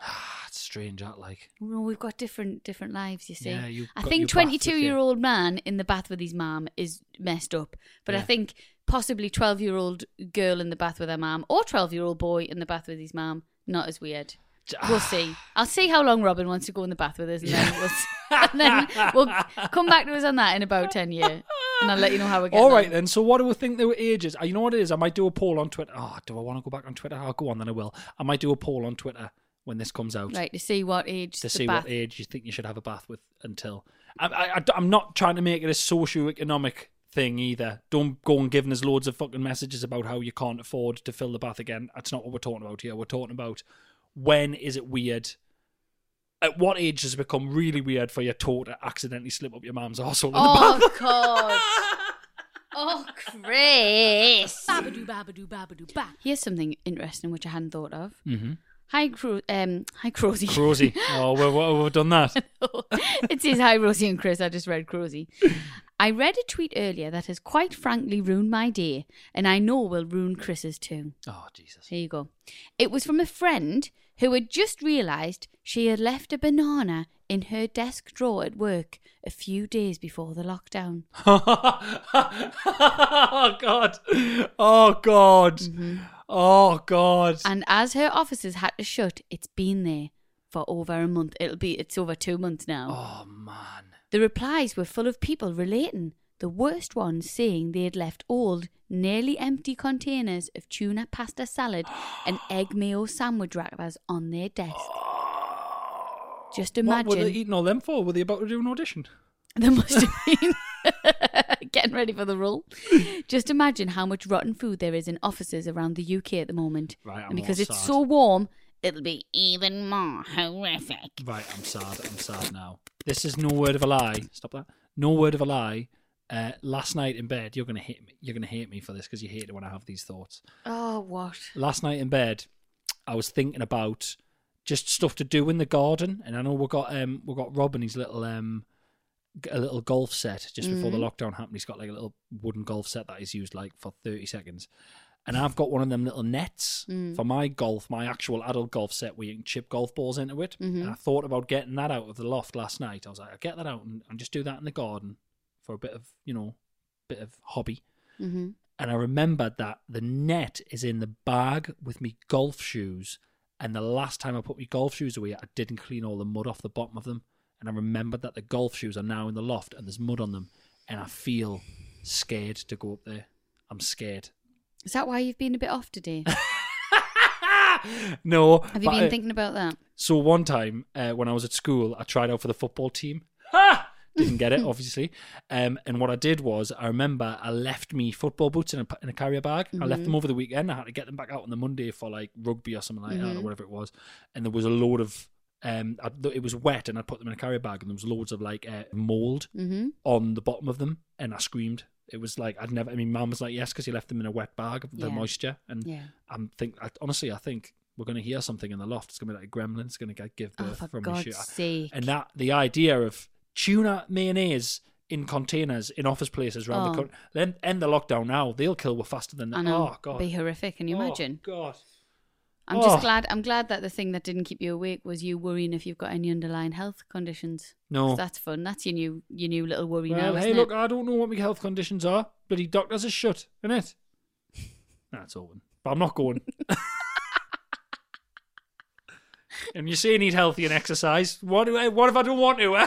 S2: That's strange. That like
S1: Well, we've got different different lives, you see.
S2: Yeah, you've
S1: I
S2: got
S1: think
S2: your bath with
S1: 22 year old man in the bath with his mum is messed up. But I
S2: Yeah.
S1: think possibly 12 year old girl in the bath with her mum or 12 year old boy in the bath with his mum, not as weird. We'll see. I'll see how long Robin wants to go in the bath with us, and then we'll, *laughs* and then we'll come back to us on that in about 10 years. And I'll let you know how we're getting
S2: *laughs* All right
S1: on.
S2: then. So what do we think there were ages? Uh, You know what it is? I might do a poll on Twitter. Oh, do I want to go back on Twitter? I'll go on then. I will. I might do a poll on Twitter when this comes out.
S1: Right, to see what age
S2: to
S1: the
S2: see
S1: bath
S2: what age you think you should have a bath with until. I, I, am not trying to make it a socio-economic thing either. Don't go and giving us loads of fucking messages about how you can't afford to fill the bath again. That's not what we're talking about here. We're talking about when is it weird? At what age does it become *laughs* really weird for your toe to accidentally slip up your mum's arsehole in the bath?
S1: Oh God. Oh, Chris.
S3: Babadoo, babadoo, babadoo, ba.
S1: Here's something interesting which I hadn't thought of.
S2: Mm-hmm.
S1: Hi, Cro- um, hi, Crosy. *laughs*
S2: Rosie. Oh, we- we- we've done that. *laughs*
S1: it says hi, Rosie and Chris. I just read Crosy. I read a tweet earlier that has quite frankly ruined my day, and I know will ruin Chris's too.
S2: Oh, Jesus.
S1: Here you go. It was from a friend who had just realised she had left a banana in her desk drawer at work a few days before the lockdown.
S2: oh, God. Oh, God. Oh, God.
S1: And as her offices had to shut, it's been there for over a month. It'll be it's over two months now.
S2: Oh, man.
S1: The replies were full of people relating, the worst one saying they had left old, nearly empty containers of tuna pasta salad and egg mayo sandwich wrappers on their desk.
S2: *gasps*
S1: Just imagine.
S2: What were they eating all them for? Were they about to do an audition?
S1: *laughs* There must have been. *laughs* Getting ready for the role. Just imagine how much rotten food there is in offices around the UK at the moment.
S2: Right, I'm
S1: and because
S2: all
S1: it's
S2: sad.
S1: so warm, it'll be even more horrific.
S2: Right, I'm sad. I'm sad now. This is no word of a lie. Stop that. No word of a lie. Uh, last night in bed, you're gonna hate me. You're gonna hate me for this because you hate it when I have these thoughts.
S1: Oh, what?
S2: Last night in bed, I was thinking about just stuff to do in the garden, and I know we got um we got Rob and his little um g- a little golf set just before the
S1: Mm-hmm.
S2: lockdown happened. He's got like a little wooden golf set that he's used like for thirty seconds, and I've got one of them little nets for my golf, my actual adult golf set where you can chip golf balls into it. And I thought about getting that out of the loft last night. I was like, I'll get that out and, and just do that in the garden for a bit of you know bit of hobby.
S1: Mm-hmm.
S2: And I remembered that the net is in the bag with me golf shoes. And the last time I put my golf shoes away, I didn't clean all the mud off the bottom of them. And I remembered that the golf shoes are now in the loft and there's mud on them. And I feel scared to go up there. I'm scared.
S1: Is that why you've been a bit off
S2: *laughs*
S1: today?
S2: No.
S1: Have you
S2: but
S1: been
S2: I-
S1: thinking about that?
S2: So one time uh, when I was at school, I tried out for the football team. Ha! Didn't
S1: *laughs*
S2: get it, obviously. Um, and what I did was, I remember I left me football boots in a, in a carrier bag. I
S1: Mm-hmm.
S2: left them over the weekend. I had to get them back out on the Monday for like rugby or something like that,
S1: Mm-hmm.
S2: or whatever it was. And there was a load of, um, I, it was wet, and I put them in a carrier bag, and there was loads of like uh, mold
S1: Mm-hmm.
S2: on the bottom of them, and I screamed. It was like I'd never. I mean, Mum was like, "Yes," because you left them in a wet bag of the
S1: Yeah.
S2: moisture, and
S1: Yeah.
S2: I'm think I, honestly, I think we're going to hear something in the loft. It's going to be like a gremlin. It's going to give
S1: Oh,
S2: birth
S1: for
S2: Uh, from a shoot.
S1: God's sake.
S2: And that the idea of tuna mayonnaise in containers in office places around
S1: Oh.
S2: the country. Then end the lockdown now. They'll kill we're faster than that.
S1: I know.
S2: Oh God.
S1: Be horrific. Can you
S2: Oh,
S1: imagine?
S2: God.
S1: I'm just
S2: Oh.
S1: glad. I'm glad that the thing that didn't keep you awake was you worrying if you've got any underlying health conditions.
S2: No.
S1: That's fun. That's your new your new little worry
S2: well,
S1: now.
S2: hey,
S1: isn't
S2: look,
S1: it?
S2: I don't know what my health conditions are. Bloody doctors are shut,
S1: *laughs*
S2: innit? That's Owen. But I'm not going. and you say you need healthy and exercise. What do I, what if I don't
S1: *laughs*
S2: want to? Eh?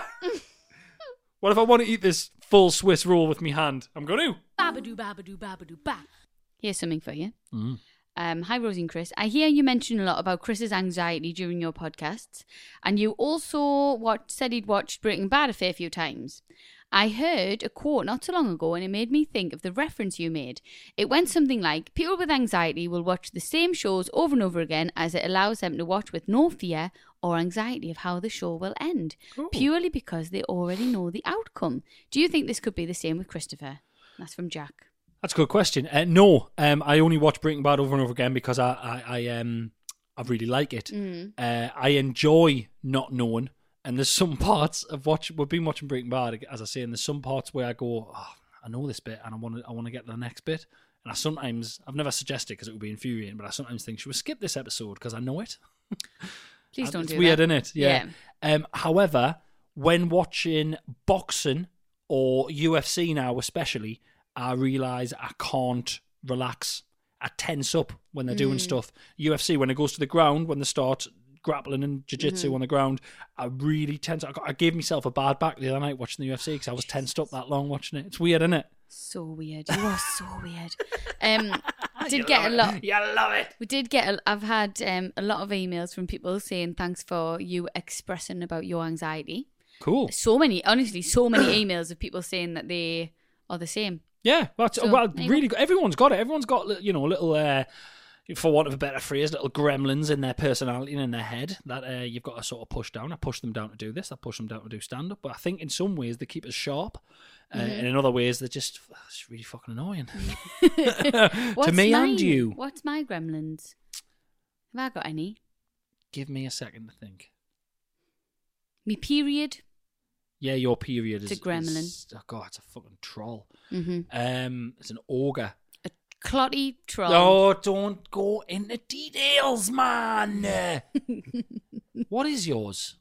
S2: what if I want to eat this full Swiss roll with me hand? I'm going to.
S3: Babadoo, babadoo, babadoo, ba.
S1: Here's something for you.
S2: Mm.
S1: Um, hi, Rosie and Chris. I hear you mention a lot about Chris's anxiety during your podcasts, and you also what said he'd watched Breaking Bad a fair few times. I heard a quote not so long ago, and it made me think of the reference you made. It went something like People with anxiety will watch the same shows over and over again as it allows them to watch with no fear or anxiety of how the show will end, purely because they already know the outcome. Do you think this could be the same with Christopher? That's from Jack.
S2: That's a good question. Uh, no, um, I only watch Breaking Bad over and over again because I, I, I um, I really like it. Uh, I enjoy not knowing, and there's some *laughs* parts of watch. We've been watching Breaking Bad, as I say, and there's some parts where I go, oh, I know this bit, and I want to, I want to get to the next bit. And I sometimes, I've never suggested because it would be infuriating, but I sometimes think, should we skip this episode because I know it?
S1: Please don't
S2: Um, it's
S1: do
S2: weird,
S1: that.
S2: isn't it? Yeah. Um, however, when watching boxing or UFC now, especially, I realise I can't relax. I tense up when they're
S1: Mm.
S2: doing stuff. UFC, when it goes to the ground, when they start grappling and jiu-jitsu
S1: Mm-hmm.
S2: on the ground, I really tense. I, got, I gave myself a bad back the other night watching the UFC because I was tensed up that long watching it. It's weird, isn't it?
S1: So weird. You are so weird.
S2: *laughs*
S1: Um, did get a lot.
S2: You love it.
S1: We did get. A, I've had um, a lot of emails from people saying thanks for you expressing about your anxiety.
S2: Cool.
S1: So many, honestly, so
S2: *clears throat*
S1: many emails of people saying that they are the same.
S2: Yeah, well, that's,
S1: So,
S2: well
S1: there you
S2: really, go. everyone's got it. Everyone's got li- you know little uh, for want of a better phrase, little gremlins in their personality and in their head that uh, you've got to sort of push down. I push them down to do this. I push them down to do stand up. But I think in some ways they keep us sharp, uh,
S1: Mm-hmm.
S2: and in other ways they're just *sighs* it's really fucking annoying *laughs* to
S1: *laughs* What's
S2: me
S1: mine?
S2: and you.
S1: What's my gremlins? Have I got any?
S2: Give me a second to think.
S1: Me period.
S2: Yeah, your period
S1: It's
S2: is
S1: a gremlin.
S2: is- oh god, it's a fucking troll.
S1: Mm-hmm.
S2: Um, it's an ogre.
S1: Clotty troll.
S2: Oh, don't go into details, man.
S1: *laughs*
S2: what is yours?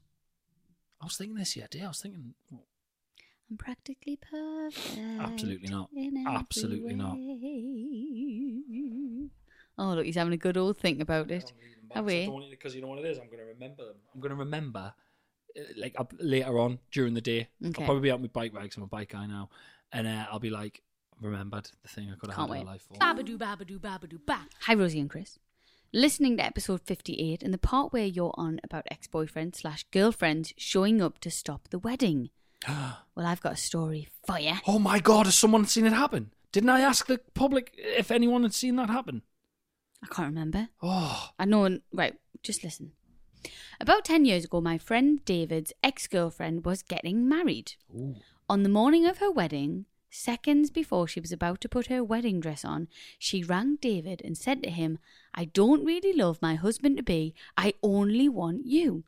S2: I was thinking this the other day. I was thinking,
S1: I'm practically perfect.
S2: Absolutely not.
S1: in every
S2: Absolutely not.
S1: way. Oh look, he's having a good old think about it. Are we?
S2: Because you know what it is, I'm going to remember them. I'm going to remember, uh, like up later on during the day.
S1: Okay.
S2: I'll probably be out my bike rags. I'm a bike guy now, and uh, I'll be like, remembered the thing I could have
S1: Can't
S2: had
S1: wait.
S2: a life for.
S3: Babadoo, babadoo, babadoo, ba.
S1: Hi, Rosie and Chris. Listening to episode 58 and the part where you're on about ex boyfriends slash girlfriends showing up to stop the wedding. well, I've got a story for you.
S2: *gasps* Oh my god, has someone seen it happen? Didn't I ask the public if anyone had seen that happen?
S1: I can't remember.
S2: Oh,
S1: I know. Right, just listen. About 10 years ago, my friend David's ex girlfriend was getting married. On the morning of her wedding, seconds before she was about to put her wedding dress on, she rang David and said to him, I don't really love my husband to be. I only want you.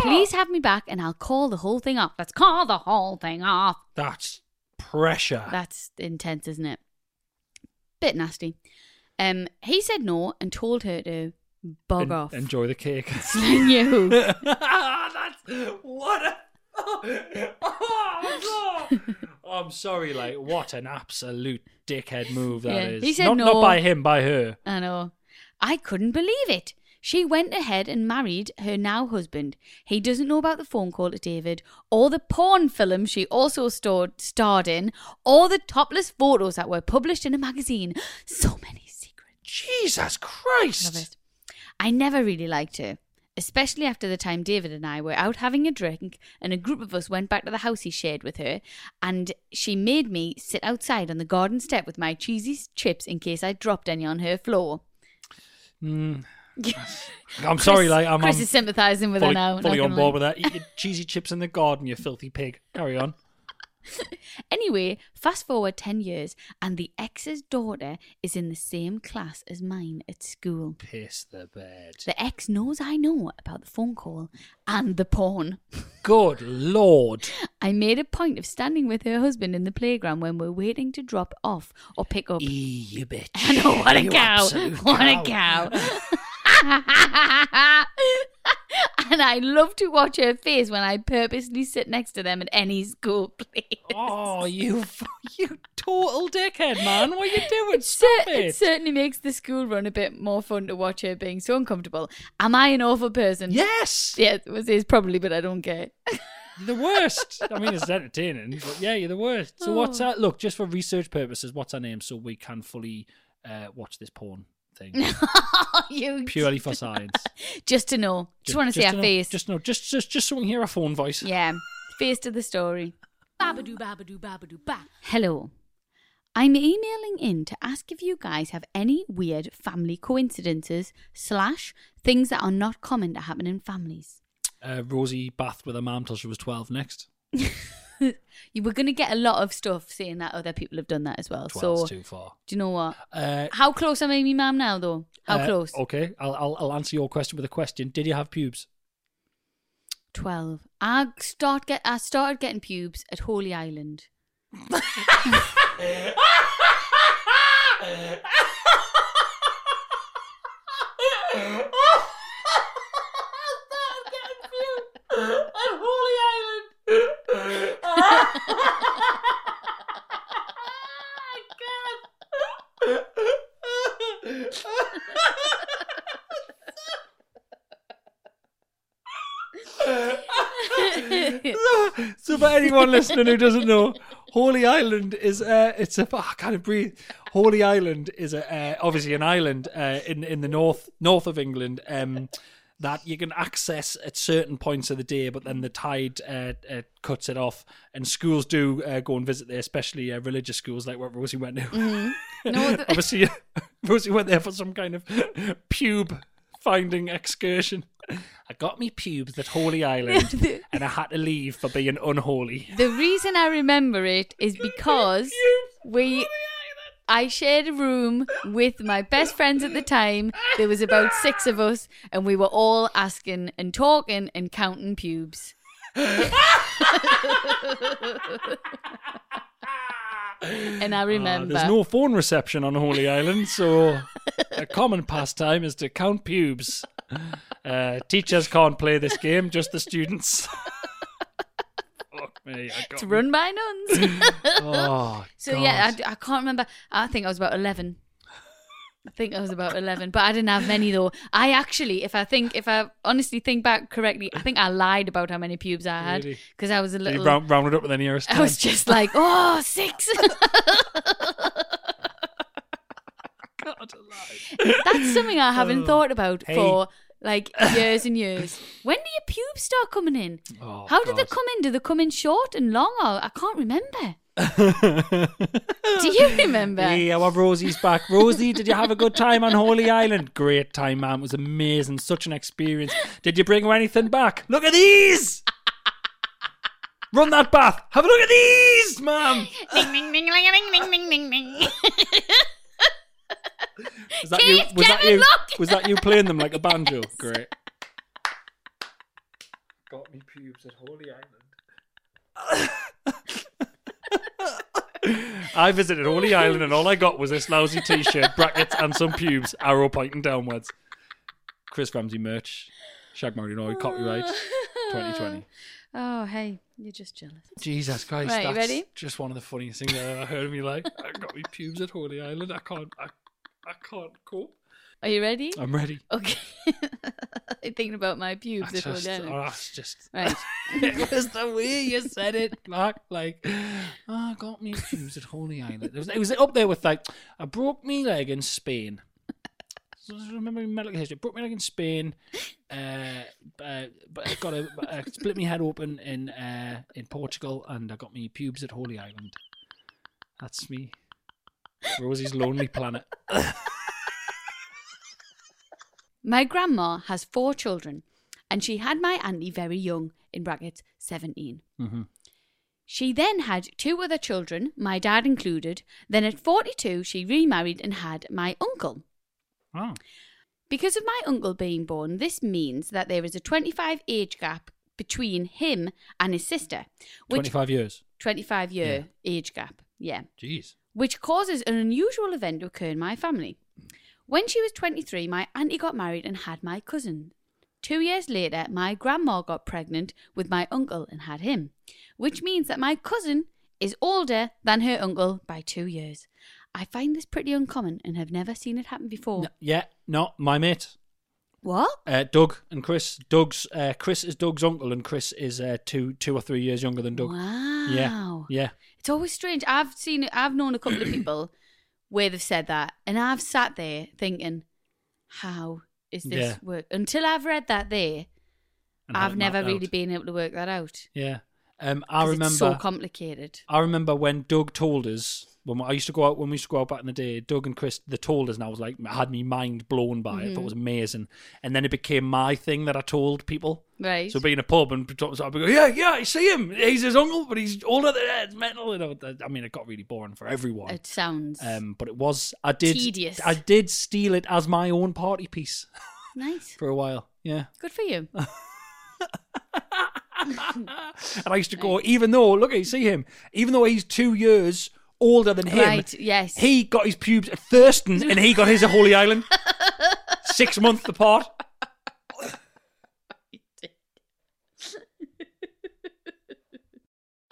S1: Please have me back and I'll call the whole thing off. Let's call the whole thing off.
S2: that's pressure.
S1: That's intense, isn't it? Bit nasty. Um, he said no and told her to bog
S2: En-
S1: off.
S2: Enjoy the cake.
S1: *laughs*
S2: *laughs*
S1: Sling you.
S2: that's what a. *laughs* Oh, no. I'm sorry, like what an absolute dickhead move that
S1: Yeah,
S2: is.
S1: he said
S2: not,
S1: no.
S2: not by him, by her.
S1: I know. I couldn't believe it. She went ahead and married her now husband. He doesn't know about the phone call to David, or the porn film she also stored, starred in, or the topless photos that were published in a magazine. So many secrets.
S2: Jesus
S1: Love
S2: Christ!
S1: it. I never really liked her, especially after the time David and I were out having a drink and a group of us went back to the house he shared with her, and she made me sit outside on the garden step with my cheesy chips in case I dropped any on her floor. *laughs*
S2: Mm, I'm sorry,
S1: Chris-
S2: like I'm,
S1: Chris
S2: I'm
S1: is sympathising with
S2: fully,
S1: her now.
S2: fully
S1: not
S2: on
S1: gonna
S2: board
S1: lie.
S2: with that. Eat your cheesy chips in the garden, you filthy pig. Carry on.
S1: Anyway, fast forward ten years, and the ex's daughter is in the same class as mine at school.
S2: Piss the bed.
S1: The ex knows I know about the phone call and the porn.
S2: Good lord.
S1: I made a point of standing with her husband in the playground when we're waiting to drop off or pick up. *laughs*
S2: Ee, you bitch.
S1: Oh. I know, what a
S2: You
S1: cow.
S2: absolute
S1: What a cow.
S2: *laughs*
S1: *laughs* and I love to watch her face when I purposely sit next to them at any school *laughs* place.
S2: Oh, you *laughs* f- you total dickhead, man. What are you *laughs* doing?
S1: It, cer-
S2: Stop
S1: it
S2: it.
S1: certainly makes the school run a bit more fun to watch her being so uncomfortable. Am I an awful person?
S2: Yes.
S1: Yeah, it was his probably, but I don't care. *laughs*
S2: You're the worst. I mean, it's entertaining, but yeah, you're the worst. So what's
S1: Oh.
S2: that? Look, just for research purposes, what's her name so we can fully uh, watch this porn
S1: *laughs*
S2: thing
S1: you
S2: purely for science.
S1: just to know, *laughs* just, want to see her
S2: know-
S1: face.
S2: Just know, just just just so we can hear our phone voice.
S1: yeah, face to the story.
S3: Babadoo, babadoo, babadoo, ba.
S1: Hello. I'm emailing in to ask if you guys have any weird family coincidences slash things that are not common to happen in families.
S2: Uh, Rosie bathed with her mum till she was twelve. Next,
S1: You were going to get a lot of stuff saying that other people have done that as well.
S2: twelve's
S1: Oh, so,
S2: too far.
S1: do you know what?
S2: Uh,
S1: How close am I to me mum now, though? How
S2: uh,
S1: close?
S2: Okay, I'll, I'll I'll answer your question with a question. Did you have pubes?
S1: 12. I, start get, I started getting pubes at Holy Island.
S2: so for anyone listening who doesn't know, Holy Island is uh, it's a oh, I can't breathe. Holy Island is a uh, obviously an island uh, in in the north north of England. Um, that you can access at certain points of the day, but then the tide uh, uh, cuts it off. And schools do uh, go and visit there, especially uh, religious schools like what Rosie went to.
S1: No, the-
S2: *laughs* Obviously, *laughs* Rosie went there for some kind of pube finding excursion. I got me pubes at Holy Island, and I had to leave for being unholy.
S1: The reason I remember it is because we. I shared a room with my best friends at the time. There was about six of us, and we were all asking and talking and counting pubes. and I remember.
S2: Uh, there's no phone reception on *laughs* Holy Island, so a common pastime is to count pubes. Uh, teachers can't play this game, just the students. *laughs* Fuck me, I got
S1: it's run by
S2: *laughs*
S1: nuns.
S2: Oh,
S1: so
S2: God.
S1: yeah, I d- I, can't remember. I think I was about eleven. I think I was about eleven, but I didn't have many though. I actually, if I think, if I honestly think back correctly, I think I lied about how many pubes I had
S2: Really?
S1: because I was a
S2: You
S1: little.
S2: round, rounded up with the nearest.
S1: I was
S2: ten. *laughs*
S1: just like, oh, six. That's something I haven't thought about
S2: Oh, Hey.
S1: for
S2: *laughs*
S1: like years and years. When do your pubes start coming in?
S2: Oh,
S1: How do they
S2: God.
S1: come in? Do they come in short and long? Or I can't
S2: *laughs*
S1: remember. do you remember?
S2: Yeah, *laughs* well, Rosie's back. Rosie, did you have a good time on Holy Island? Great time, man. It was amazing. Such an experience. Did you bring anything back? Look at these! Run that bath. Have a look at these, ma'am.
S3: Ding, ding, ding, ding, ding, ding, ding, ding.
S2: Was that
S3: Keith,
S2: you? Was that
S3: Kevin,
S2: you?
S3: look!
S2: Was that you playing them like
S3: *laughs*
S2: a banjo? Great. Got me pubes at Holy Island. *laughs* I visited Holy Island and all I got was this lousy t-shirt, brackets, and some pubes, arrow pointing downwards. Chris Ramsey merch, Shag Marinoy, copyright, 2020.
S1: Oh, hey, you're just jealous.
S2: Jesus Christ,
S1: Right,
S2: that's
S1: ready?
S2: just one of the funniest things I've ever heard of me *laughs* like. I got me pubes at Holy Island. I can't, I, I can't cope.
S1: Are you ready?
S2: I'm ready.
S1: okay. *laughs* I'm thinking about my pubes.
S2: I
S1: if we're
S2: just,
S1: done.
S2: oh, that's *laughs* just
S1: Right.
S2: it was the way you said it, like, *sighs* like I got me shoes at Holy Island. It was, it was up there with like I broke me leg in Spain. So I just remember in medical history. Broke my leg in Spain. Uh, uh, but I got a I split my head open in uh, in Portugal, and I got me pubes at Holy Island. That's me. Rosie's lonely planet.
S1: My grandma has four children, and she had my auntie very young, in brackets, 17.
S2: Mhm.
S1: She then had two other children, my dad included. Then at 42, she remarried and had my uncle.
S2: Oh,
S1: Because of my uncle being born, this means that there is a 25 age gap between him and his sister, which
S2: 25 years.
S1: 25 year age gap. Yeah
S2: Jeez.
S1: which causes an unusual event to occur in my family. When she was 23, my auntie got married and had my cousin. Two years later, my grandma got pregnant with my uncle and had him, which means that my cousin is older than her uncle by two years. I find this pretty uncommon and have never seen it happen before.
S2: N- yeah, not my mate.
S1: What?
S2: Uh, Doug and Chris. Doug's uh, Chris is Doug's uncle, and Chris is uh, two two or three years younger than Doug.
S1: Wow.
S2: Yeah, yeah.
S1: It's always strange. I've seen, I've known a couple of people *clears throat* where they've said that, and I've sat there thinking, how is this
S2: Yeah.
S1: work? Until I've read that there,
S2: And had
S1: I've
S2: it
S1: never
S2: mapped
S1: really
S2: out.
S1: been able to work that out.
S2: Yeah, um, I
S1: 'Cause
S2: remember.
S1: It's so complicated.
S2: I remember when Doug told us when I used to go out when we used to go out back in the day. Doug and Chris, they told us, and I was like, had me mind blown by it. I thought
S1: Mm-hmm.
S2: it was amazing, and then it became my thing that I told people.
S1: Right.
S2: So being a pub and I'd be going, yeah, yeah, I see him. He's his uncle, but he's older than it's mental. You know, I mean, it got really boring for everyone.
S1: it sounds
S2: um, but it was I did
S1: Tedious.
S2: I did steal it as my own party piece. *laughs*
S1: nice.
S2: for a while. Yeah.
S1: Good for
S2: *laughs*
S1: you.
S2: And I used to go, even though, look, you see him, even though he's two years older than him,
S1: Right, yes.
S2: he got his pubes at Thurston and he got his at
S1: *laughs*
S2: Holy Island. Six months apart.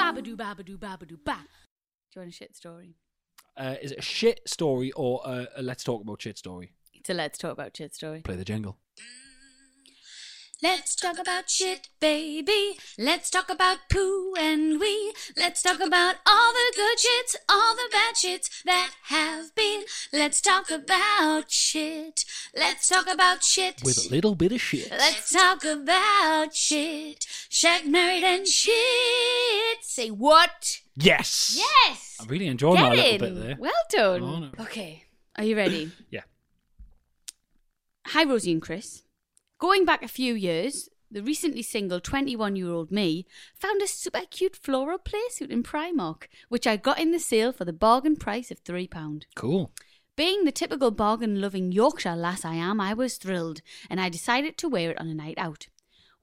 S3: Babadoo, babadoo, babadoo, ba.
S1: Do you want a shit story?
S2: Uh, is it a shit story or uh, a, a let's talk about shit story?
S1: It's a let's talk about shit story.
S2: Play the jingle.
S3: Let's talk about shit, baby. Let's talk about poo and wee. Let's talk about all the good shits, all the bad shits that have been. Let's talk about shit. Let's talk about shit.
S2: with a little bit of shit.
S3: Let's talk about shit. Shag married and shit. Say what?
S2: Yes.
S3: Yes.
S2: I'm really enjoying
S3: Get
S2: my little
S3: in.
S2: bit there.
S1: Well done.
S2: Well done.
S1: Okay. Are you ready?
S2: Yeah.
S1: Hi, Rosie and Chris. Going back a few years, the recently single 21 year old me found a super cute floral playsuit in Primark, which I got in the sale for the bargain price of £3.
S2: Cool.
S1: Being the typical bargain loving Yorkshire lass I am, I was thrilled and I decided to wear it on a night out.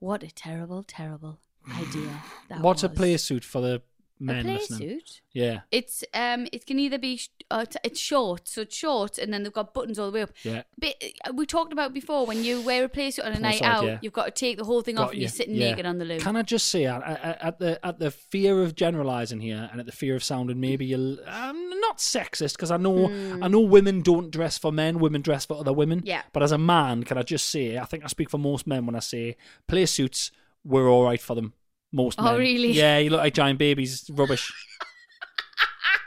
S1: What a terrible, terrible idea that
S2: What's a
S1: was.
S2: play suit for the men
S1: a
S2: listening?
S1: playsuit?
S2: Yeah.
S1: It's um, it can either be sh- uh, t- it's short, so it's short, and then they've got buttons all the way up.
S2: Yeah.
S1: But uh, we talked about before when you wear a playsuit on a
S2: Pull
S1: night
S2: aside,
S1: out,
S2: yeah.
S1: you've got to take the whole thing off,
S2: Got
S1: and
S2: you.
S1: you're sitting
S2: Yeah.
S1: naked on the loo.
S2: Can I just say, at, at at the at the fear of generalising here, and at the fear of sounding maybe you're, I'm not sexist because I know I know women don't dress for men, women dress for other women.
S1: Hmm. Yeah.
S2: But as a man, can I just say, I think I speak for most men when I say play suits were all right for them. Most
S1: Oh,
S2: men.
S1: really?
S2: Yeah, you look like giant babies.
S1: *laughs*
S2: Rubbish.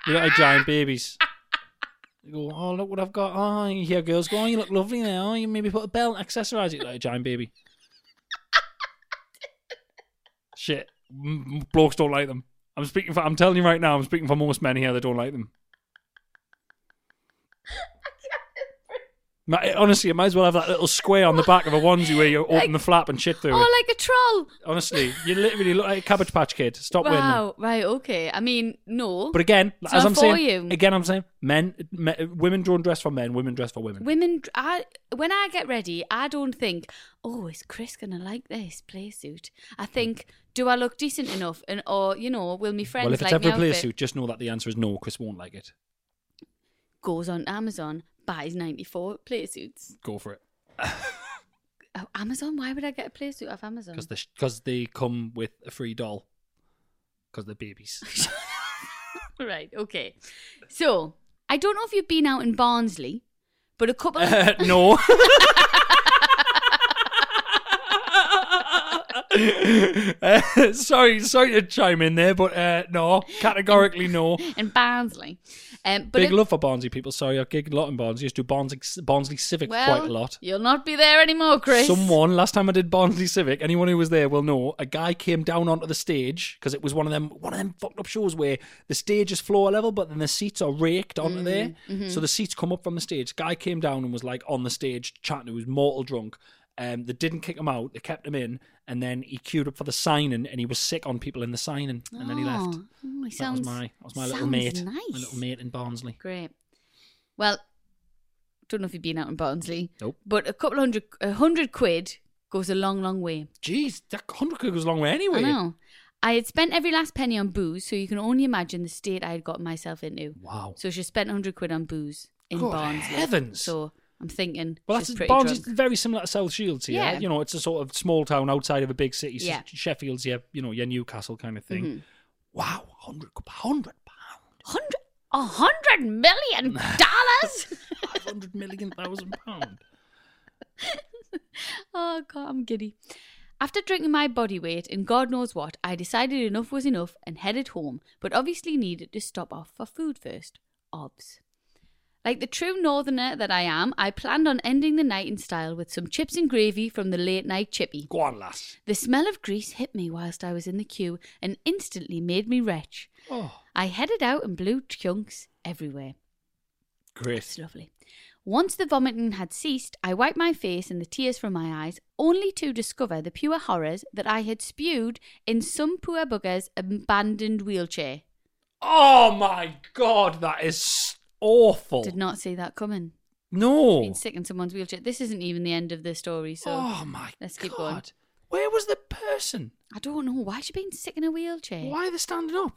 S2: you look like giant babies. You go, oh look what I've got. Oh, you hear girls go, oh you look lovely now. Oh, you maybe put a belt, accessorise it like a giant baby. Shit, M- m- blokes don't like them. I'm speaking for. I'm telling you right now. I'm speaking for most men here that don't like them. Ma- Honestly, you might as well have that little square on the back of a onesie
S1: *laughs*
S2: where you open the flap and shit through it.
S1: oh, like a troll!
S2: Honestly, you literally look like a cabbage patch kid. Stop winning.
S1: Wow, right, okay. I mean, no,
S2: But again,
S1: It's
S2: as
S1: not
S2: I'm
S1: for
S2: saying,
S1: you.
S2: again, I'm saying, men, me women don't dress for men. Women dress for women.
S1: Women, I when I get ready, I don't think, oh, is Chris gonna like this playsuit? I think, do I look decent enough, and or you know, will my friends
S2: Hmm. well, if it's
S1: like
S2: ever
S1: my
S2: a play
S1: outfit?
S2: suit, just know that the answer is no. Chris won't like it.
S1: Goes on Amazon, buys ninety four playsuits.
S2: Go for it
S1: Oh, Amazon? Why would I get a playsuit off Amazon?
S2: because because they come with a free doll because they're babies.
S1: right, okay. So I don't know if you've been out in Barnsley, but a couple.
S2: *laughs* Uh, no. Uh, sorry, sorry to chime in there, but uh, no, categorically no.
S1: in Barnsley, um, but
S2: Big
S1: a-
S2: love for Barnsley people. Sorry, I've gigged a lot in Barnsley. Used to do Barnsley, Barnsley Civic
S1: well,
S2: quite a lot.
S1: You'll not be there anymore, Chris.
S2: Someone last time I did Barnsley Civic, anyone who was there will know. A guy came down onto the stage because it was one of them one of them fucked up shows where the stage is floor level, but then the seats are raked onto
S1: Mm,
S2: there,
S1: mm-hmm.
S2: so the seats come up from the stage. Guy came down and was like on the stage chatting. He was mortal drunk. Um, they didn't kick him out. They kept him in, and then he queued up for the signing, and he was sick on people in the signing, and then he left.
S1: Oh, oh, he
S2: that was
S1: sounds-
S2: my that was my little
S1: sounds
S2: mate,
S1: Nice.
S2: my little mate in Barnsley.
S1: Great. Well, don't know if you've been out in Barnsley.
S2: Nope.
S1: But a couple hundred, a hundred quid goes a long, long way.
S2: Jeez, that hundred quid goes a long way anyway.
S1: I know. I had spent every last penny on booze, so you can only imagine the state I had gotten myself into.
S2: Wow.
S1: So she spent 100 quid on booze in
S2: Good
S1: Barnsley.
S2: heavens.
S1: So I'm thinking,
S2: Well,
S1: she's
S2: that's
S1: pretty
S2: Barnes is
S1: drunk.
S2: very similar to South Shields here.
S1: Yeah.
S2: You know, it's a sort of small town outside of a big city. So
S1: Yeah. Mm-hmm.
S2: Sheffield's your, you know, your Newcastle kind of thing. Wow, hundred, hundred pound,
S1: Hundred, a hundred
S2: *laughs*
S1: million dollars?
S2: five hundred million thousand pound.
S1: oh, God, I'm giddy. After drinking my body weight and God knows what, I decided enough was enough and headed home, but obviously needed to stop off for food first. Obs. Like the true northerner that I am, I planned on ending the night in style with some chips and gravy from the late night chippy.
S2: Go on, lass.
S1: The smell of grease hit me whilst I was in the queue and instantly made me retch.
S2: Oh,
S1: I headed out and blew chunks everywhere. It's
S2: great.
S1: lovely. Once the vomiting had ceased, I wiped my face and the tears from my eyes, only to discover the pure horrors that I had spewed in some poor bugger's abandoned wheelchair.
S2: Oh my god, that is awful.
S1: Did not see that coming.
S2: No.
S1: Being sick in someone's wheelchair. This isn't even the end of the story, so
S2: oh my
S1: let's
S2: god.
S1: keep going.
S2: Where was the person?
S1: I don't know. Why is she being sick in a wheelchair?
S2: Why are they standing up?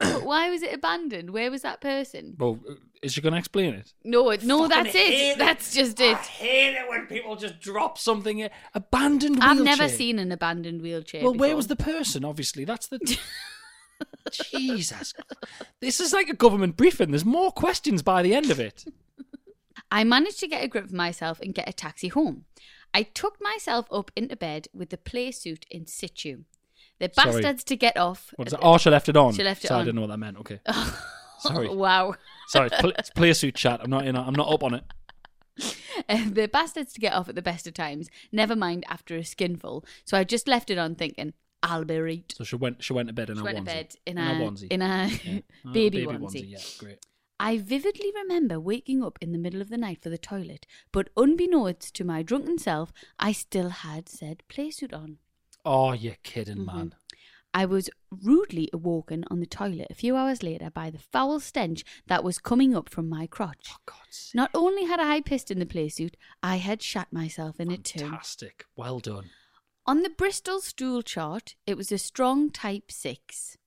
S1: But *laughs* why was it abandoned? Where was that person?
S2: Well, uh, is she going to explain it?
S1: No, it- no,
S4: Fucking
S1: that's
S4: hate
S1: it. That's just
S4: I
S1: it.
S2: Ah,
S4: hate it when people just
S2: Drop something. in- Abandoned
S1: I've
S2: wheelchair.
S1: never seen an abandoned wheelchair.
S2: Well, where
S1: before.
S2: was the person? Obviously, that's
S1: *laughs*
S2: the. Jesus, this is like a government briefing. There's more questions by the end of it.
S1: I managed to get a grip of myself and get a taxi home. I tucked myself up into bed with the play suit in situ. The
S2: Sorry.
S1: bastards to get off.
S2: What is that? Oh, she left it on.
S1: She left it
S2: Sorry,
S1: on.
S2: I didn't know what that meant.
S1: *laughs*
S2: Okay. Sorry.
S1: wow. *laughs*
S2: Sorry. Pl- it's player suit chat. I'm not in. I'm not up on it.
S1: Uh, the bastards to get off at the best of times. Never mind after a skinful. So I just left it on, thinking I'll be right.
S2: So she went. She went to bed in
S1: She
S2: her
S1: went
S2: onesie.
S1: to bed in
S2: her
S1: a-
S2: onesie.
S1: in a
S2: Yeah.
S1: *laughs*
S2: Oh,
S1: baby onesie.
S2: Yeah, great.
S1: I vividly remember waking up in the middle of the night for the toilet, but unbeknownst to my drunken self, I still had said playsuit on.
S2: Oh, you're kidding, man.
S1: Mm-hmm. I was rudely awoken on the toilet a few hours later by the foul stench that was coming up from my crotch. Not only had I pissed in the playsuit, I had shat myself in it too.
S2: Fantastic. Well done.
S1: On the Bristol stool chart, it was a strong type 6.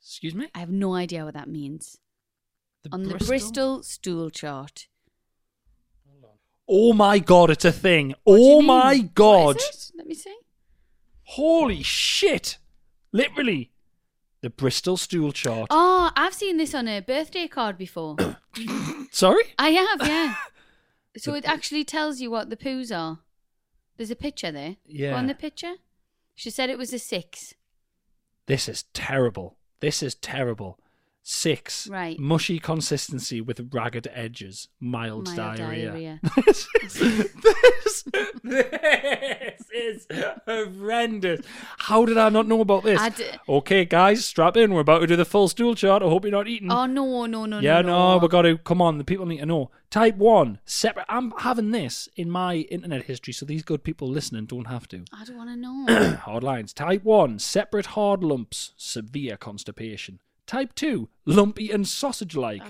S2: Excuse me.
S1: I have no idea what that means. on the Bristol stool chart.
S2: Oh my god, it's a thing.
S1: What do you
S2: oh
S1: mean?
S2: my
S1: What
S2: god.
S1: is it? Let me see.
S2: Holy shit. Literally. The Bristol stool chart.
S1: Oh, I've seen this on a birthday card before.
S2: Sorry?
S1: I have, yeah.
S2: *laughs*
S1: so it actually tells you what the poos are. There's a picture there.
S2: Yeah.
S1: Go on the picture. She said it was a six.
S2: This is terrible. This is terrible. Six.
S1: Right.
S2: Mushy consistency with ragged edges. Mild,
S1: Mild
S2: diarrhea.
S1: diarrhea.
S2: *laughs* this, is, this, this is horrendous. How did I not know about this?
S1: I d-
S2: okay, guys, strap in. We're about to do the full stool chart. I hope you're not eating.
S1: Oh no, no, no,
S2: Mm. yeah,
S1: no.
S2: no, we got to come on. The people need to know. Type one, separate. I'm having this in my internet history, so these good people listening don't have to. *clears throat*
S1: I don't want to
S2: *coughs*
S1: know.
S2: hard lines. Type one, separate hard lumps, severe constipation. Type two, lumpy and sausage-like,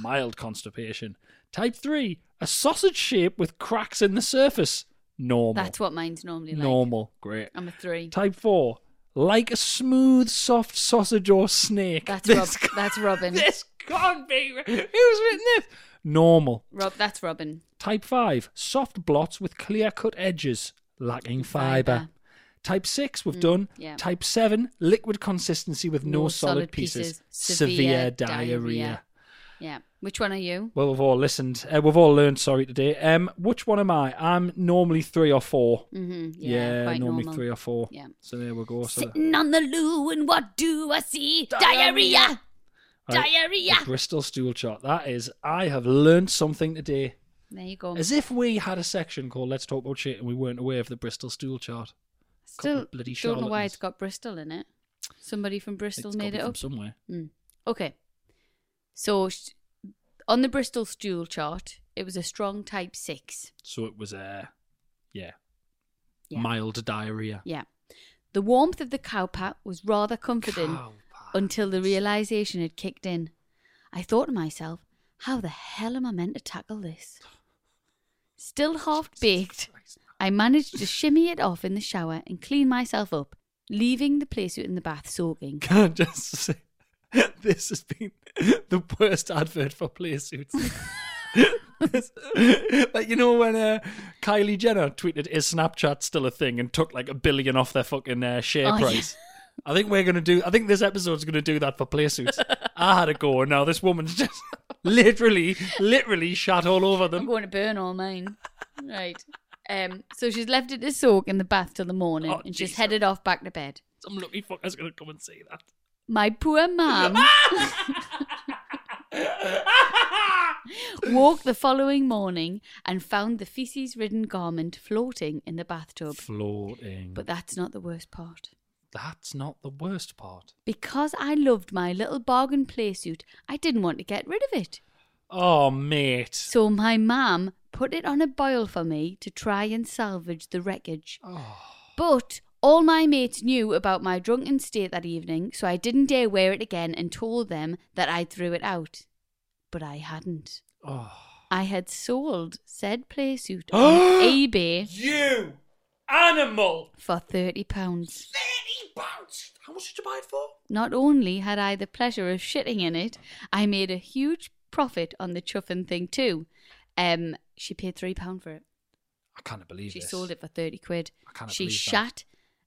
S2: mild constipation. Type three, a sausage shape with cracks in the surface, normal.
S1: That's what mine's normally like.
S2: normal. Great.
S1: I'm a three.
S2: Type four, like a smooth, soft sausage or snake.
S1: That's
S2: This
S1: Rob.
S2: can't-
S1: That's Robin.
S2: This can't be. Who's written this? Normal.
S1: Rob. That's Robin.
S2: Type 5, soft blots with clear cut edges, lacking fibre.
S1: Fibre.
S2: Type 6, we've done.
S1: Mm, yeah.
S2: Type 7, liquid consistency with no, solid, pieces, severe, diarrhea.
S1: Yeah. Which one are you?
S2: Well, we've all listened. Uh, we've all learned, sorry, today. Um, which one am I? I'm normally three or four.
S1: Mm-hmm. Yeah. quite
S2: normally
S1: normal.
S2: three or four.
S1: Yeah.
S2: So there we go. So
S1: Sitting on the loo, and what do I see?
S2: Diarrhea.
S1: Diarrhea.
S2: Right.
S1: Diarrhea.
S2: The Bristol stool chart. That is, I have learned something today.
S1: There you go.
S2: As if we had a section called "Let's Talk About Shit" and we weren't aware of the Bristol stool chart. couple
S1: Still
S2: of bloody
S1: don't know why
S2: charlatans.
S1: it's got Bristol in it. Somebody from Bristol
S2: It's
S1: made
S2: copied
S1: it
S2: from
S1: up.
S2: somewhere.
S1: Mm. Okay. So sh- on the Bristol stool chart, it was a strong type six.
S2: So it was uh, yeah,
S1: Yeah.
S2: mild diarrhea.
S1: Yeah. The warmth of the cowpat was rather comforting
S2: Cowpats.
S1: until the realization had kicked in. I thought to myself, how the hell am I meant to tackle this? Still half baked, I managed to shimmy it off in the shower and clean myself up, leaving the playsuit in the bath
S2: *laughs*
S1: soaking.
S2: Can I just say, this has been *laughs* the worst advert for player suits. *laughs* This- like you know when uh, Kylie Jenner tweeted is Snapchat still a thing and took like a billion off their fucking uh, share
S1: Oh, yeah.
S2: price. I think we're gonna do. I think this episode's gonna do that for player suits. *laughs* I had a go, and now this woman's just *laughs* literally, literally shot all over
S1: I'm
S2: them.
S1: going to burn all mine. right. Um, so she's left it to soak in the bath till the morning
S2: Oh,
S1: and she's
S2: Jesus.
S1: headed off back to bed.
S2: *laughs* Some lucky fucker's gonna come and see that.
S1: My poor
S2: *laughs*
S1: mum woke the following morning and found the feces ridden garment floating in the bathtub.
S2: Floating.
S1: But that's not the worst part.
S2: that's not the worst part.
S1: Because I loved my little bargain playsuit, I didn't want to get rid of it.
S2: Oh, mate.
S1: So my mum put it on a boil for me to try and salvage the wreckage.
S2: Oh.
S1: But all my mates knew about my drunken state that evening, so I didn't dare wear it again and told them that I threw it out. But I hadn't.
S2: oh.
S1: I had sold said playsuit
S2: *gasps*
S1: on eBay
S2: You animal!
S1: for thirty pounds.
S2: 30 pounds! How much did you buy it for?
S1: Not only had I the pleasure of shitting in it, I made a huge profit on the chuffing thing too. Um, she paid three pound for it.
S2: I can't believe
S1: She
S2: this.
S1: sold it for thirty quid.
S2: I cannot
S1: She
S2: believe that.
S1: shat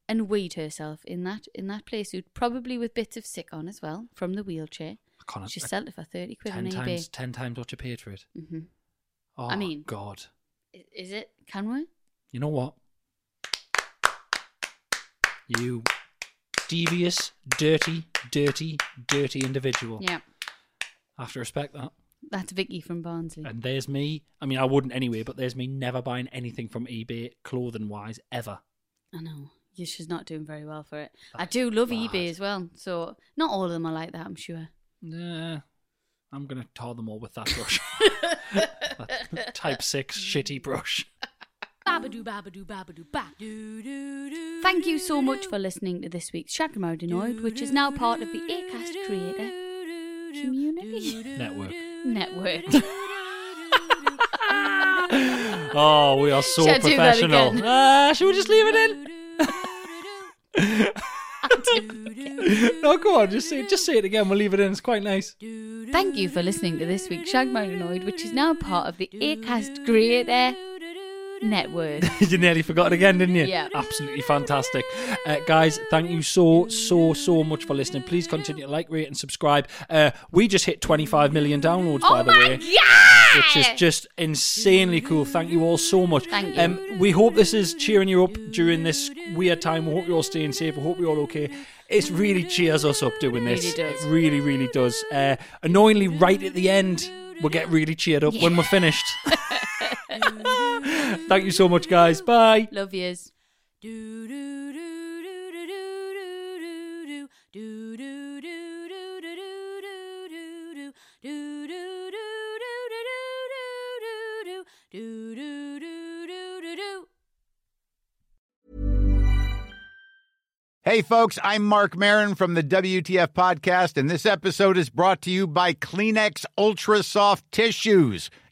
S1: and weighed herself in that in that playsuit, probably with bits of sick on as well from the wheelchair.
S2: I can't,
S1: She
S2: I-
S1: sold it for thirty quid on
S2: ten
S1: eBay.
S2: times, ten times what you paid for it.
S1: Mm-hmm.
S2: Oh,
S1: I mean-
S2: God.
S1: Is it? Can we?
S2: You know what? You devious, dirty, dirty, dirty individual.
S1: Yeah.
S2: I have to respect that.
S1: That's Vicky from Barnsley.
S2: And there's me. I mean, I wouldn't anyway, but there's me never buying anything from eBay clothing wise ever.
S1: I know. Yeah, she's not doing very well for it. I do love eBay as well. So not all of them are like that, I'm sure.
S2: Nah. I'm going to tar them all with that
S1: *laughs*
S2: brush. That type 6 shitty brush.
S3: Babadoo, babadoo, babadoo, ba. Doo, doo, doo.
S1: Thank you so much for listening to this week's Shattered Mardinoid, which is now part of the Acast Creator
S2: *laughs*
S1: Community
S2: Network.
S1: Network. *laughs*
S2: Oh, we are so
S1: Should I do that
S2: professional.
S1: again?
S2: Ah, should we just leave it
S1: *laughs*
S2: in? no, go on. Just say, just say it again. We'll leave it in. It's quite nice. *laughs*
S1: Thank you for listening to this week's Shag Mardinoid, which is now part of the Acast Creator Network.
S2: you nearly forgot it again, didn't you?
S1: Yeah.
S2: Absolutely fantastic. Uh, guys, thank you so, so, so much for listening. Please continue to like, rate, and subscribe. Uh, we just hit 25 million downloads, by
S1: oh
S2: the
S1: my
S2: way.
S1: god!
S2: Which is just insanely cool. Thank you all so much.
S1: Thank you.
S2: Um, we hope this is cheering you up during this weird time. We hope you're all staying safe. We hope you're all okay. It really cheers us up doing
S1: Really
S2: this.
S1: does.
S2: It really, really does. Uh, annoyingly, right at the end, we'll get really cheered up when
S1: *laughs*
S2: we're finished. Thank you so much, guys. Bye.
S1: Love yous.
S3: Doo, doo, doo, doo, doo, doo, doo, doo, doo. Doo, doo, doo, doo, doo, doo, doo, doo, doo. Doo, doo, doo, doo, doo, doo, doo, doo, doo. Doo, doo, doo, doo, doo, doo.
S6: Hey, folks, I'm Mark Marin from the WTF Podcast, and this episode is brought to you by Kleenex Ultra Soft Tissues,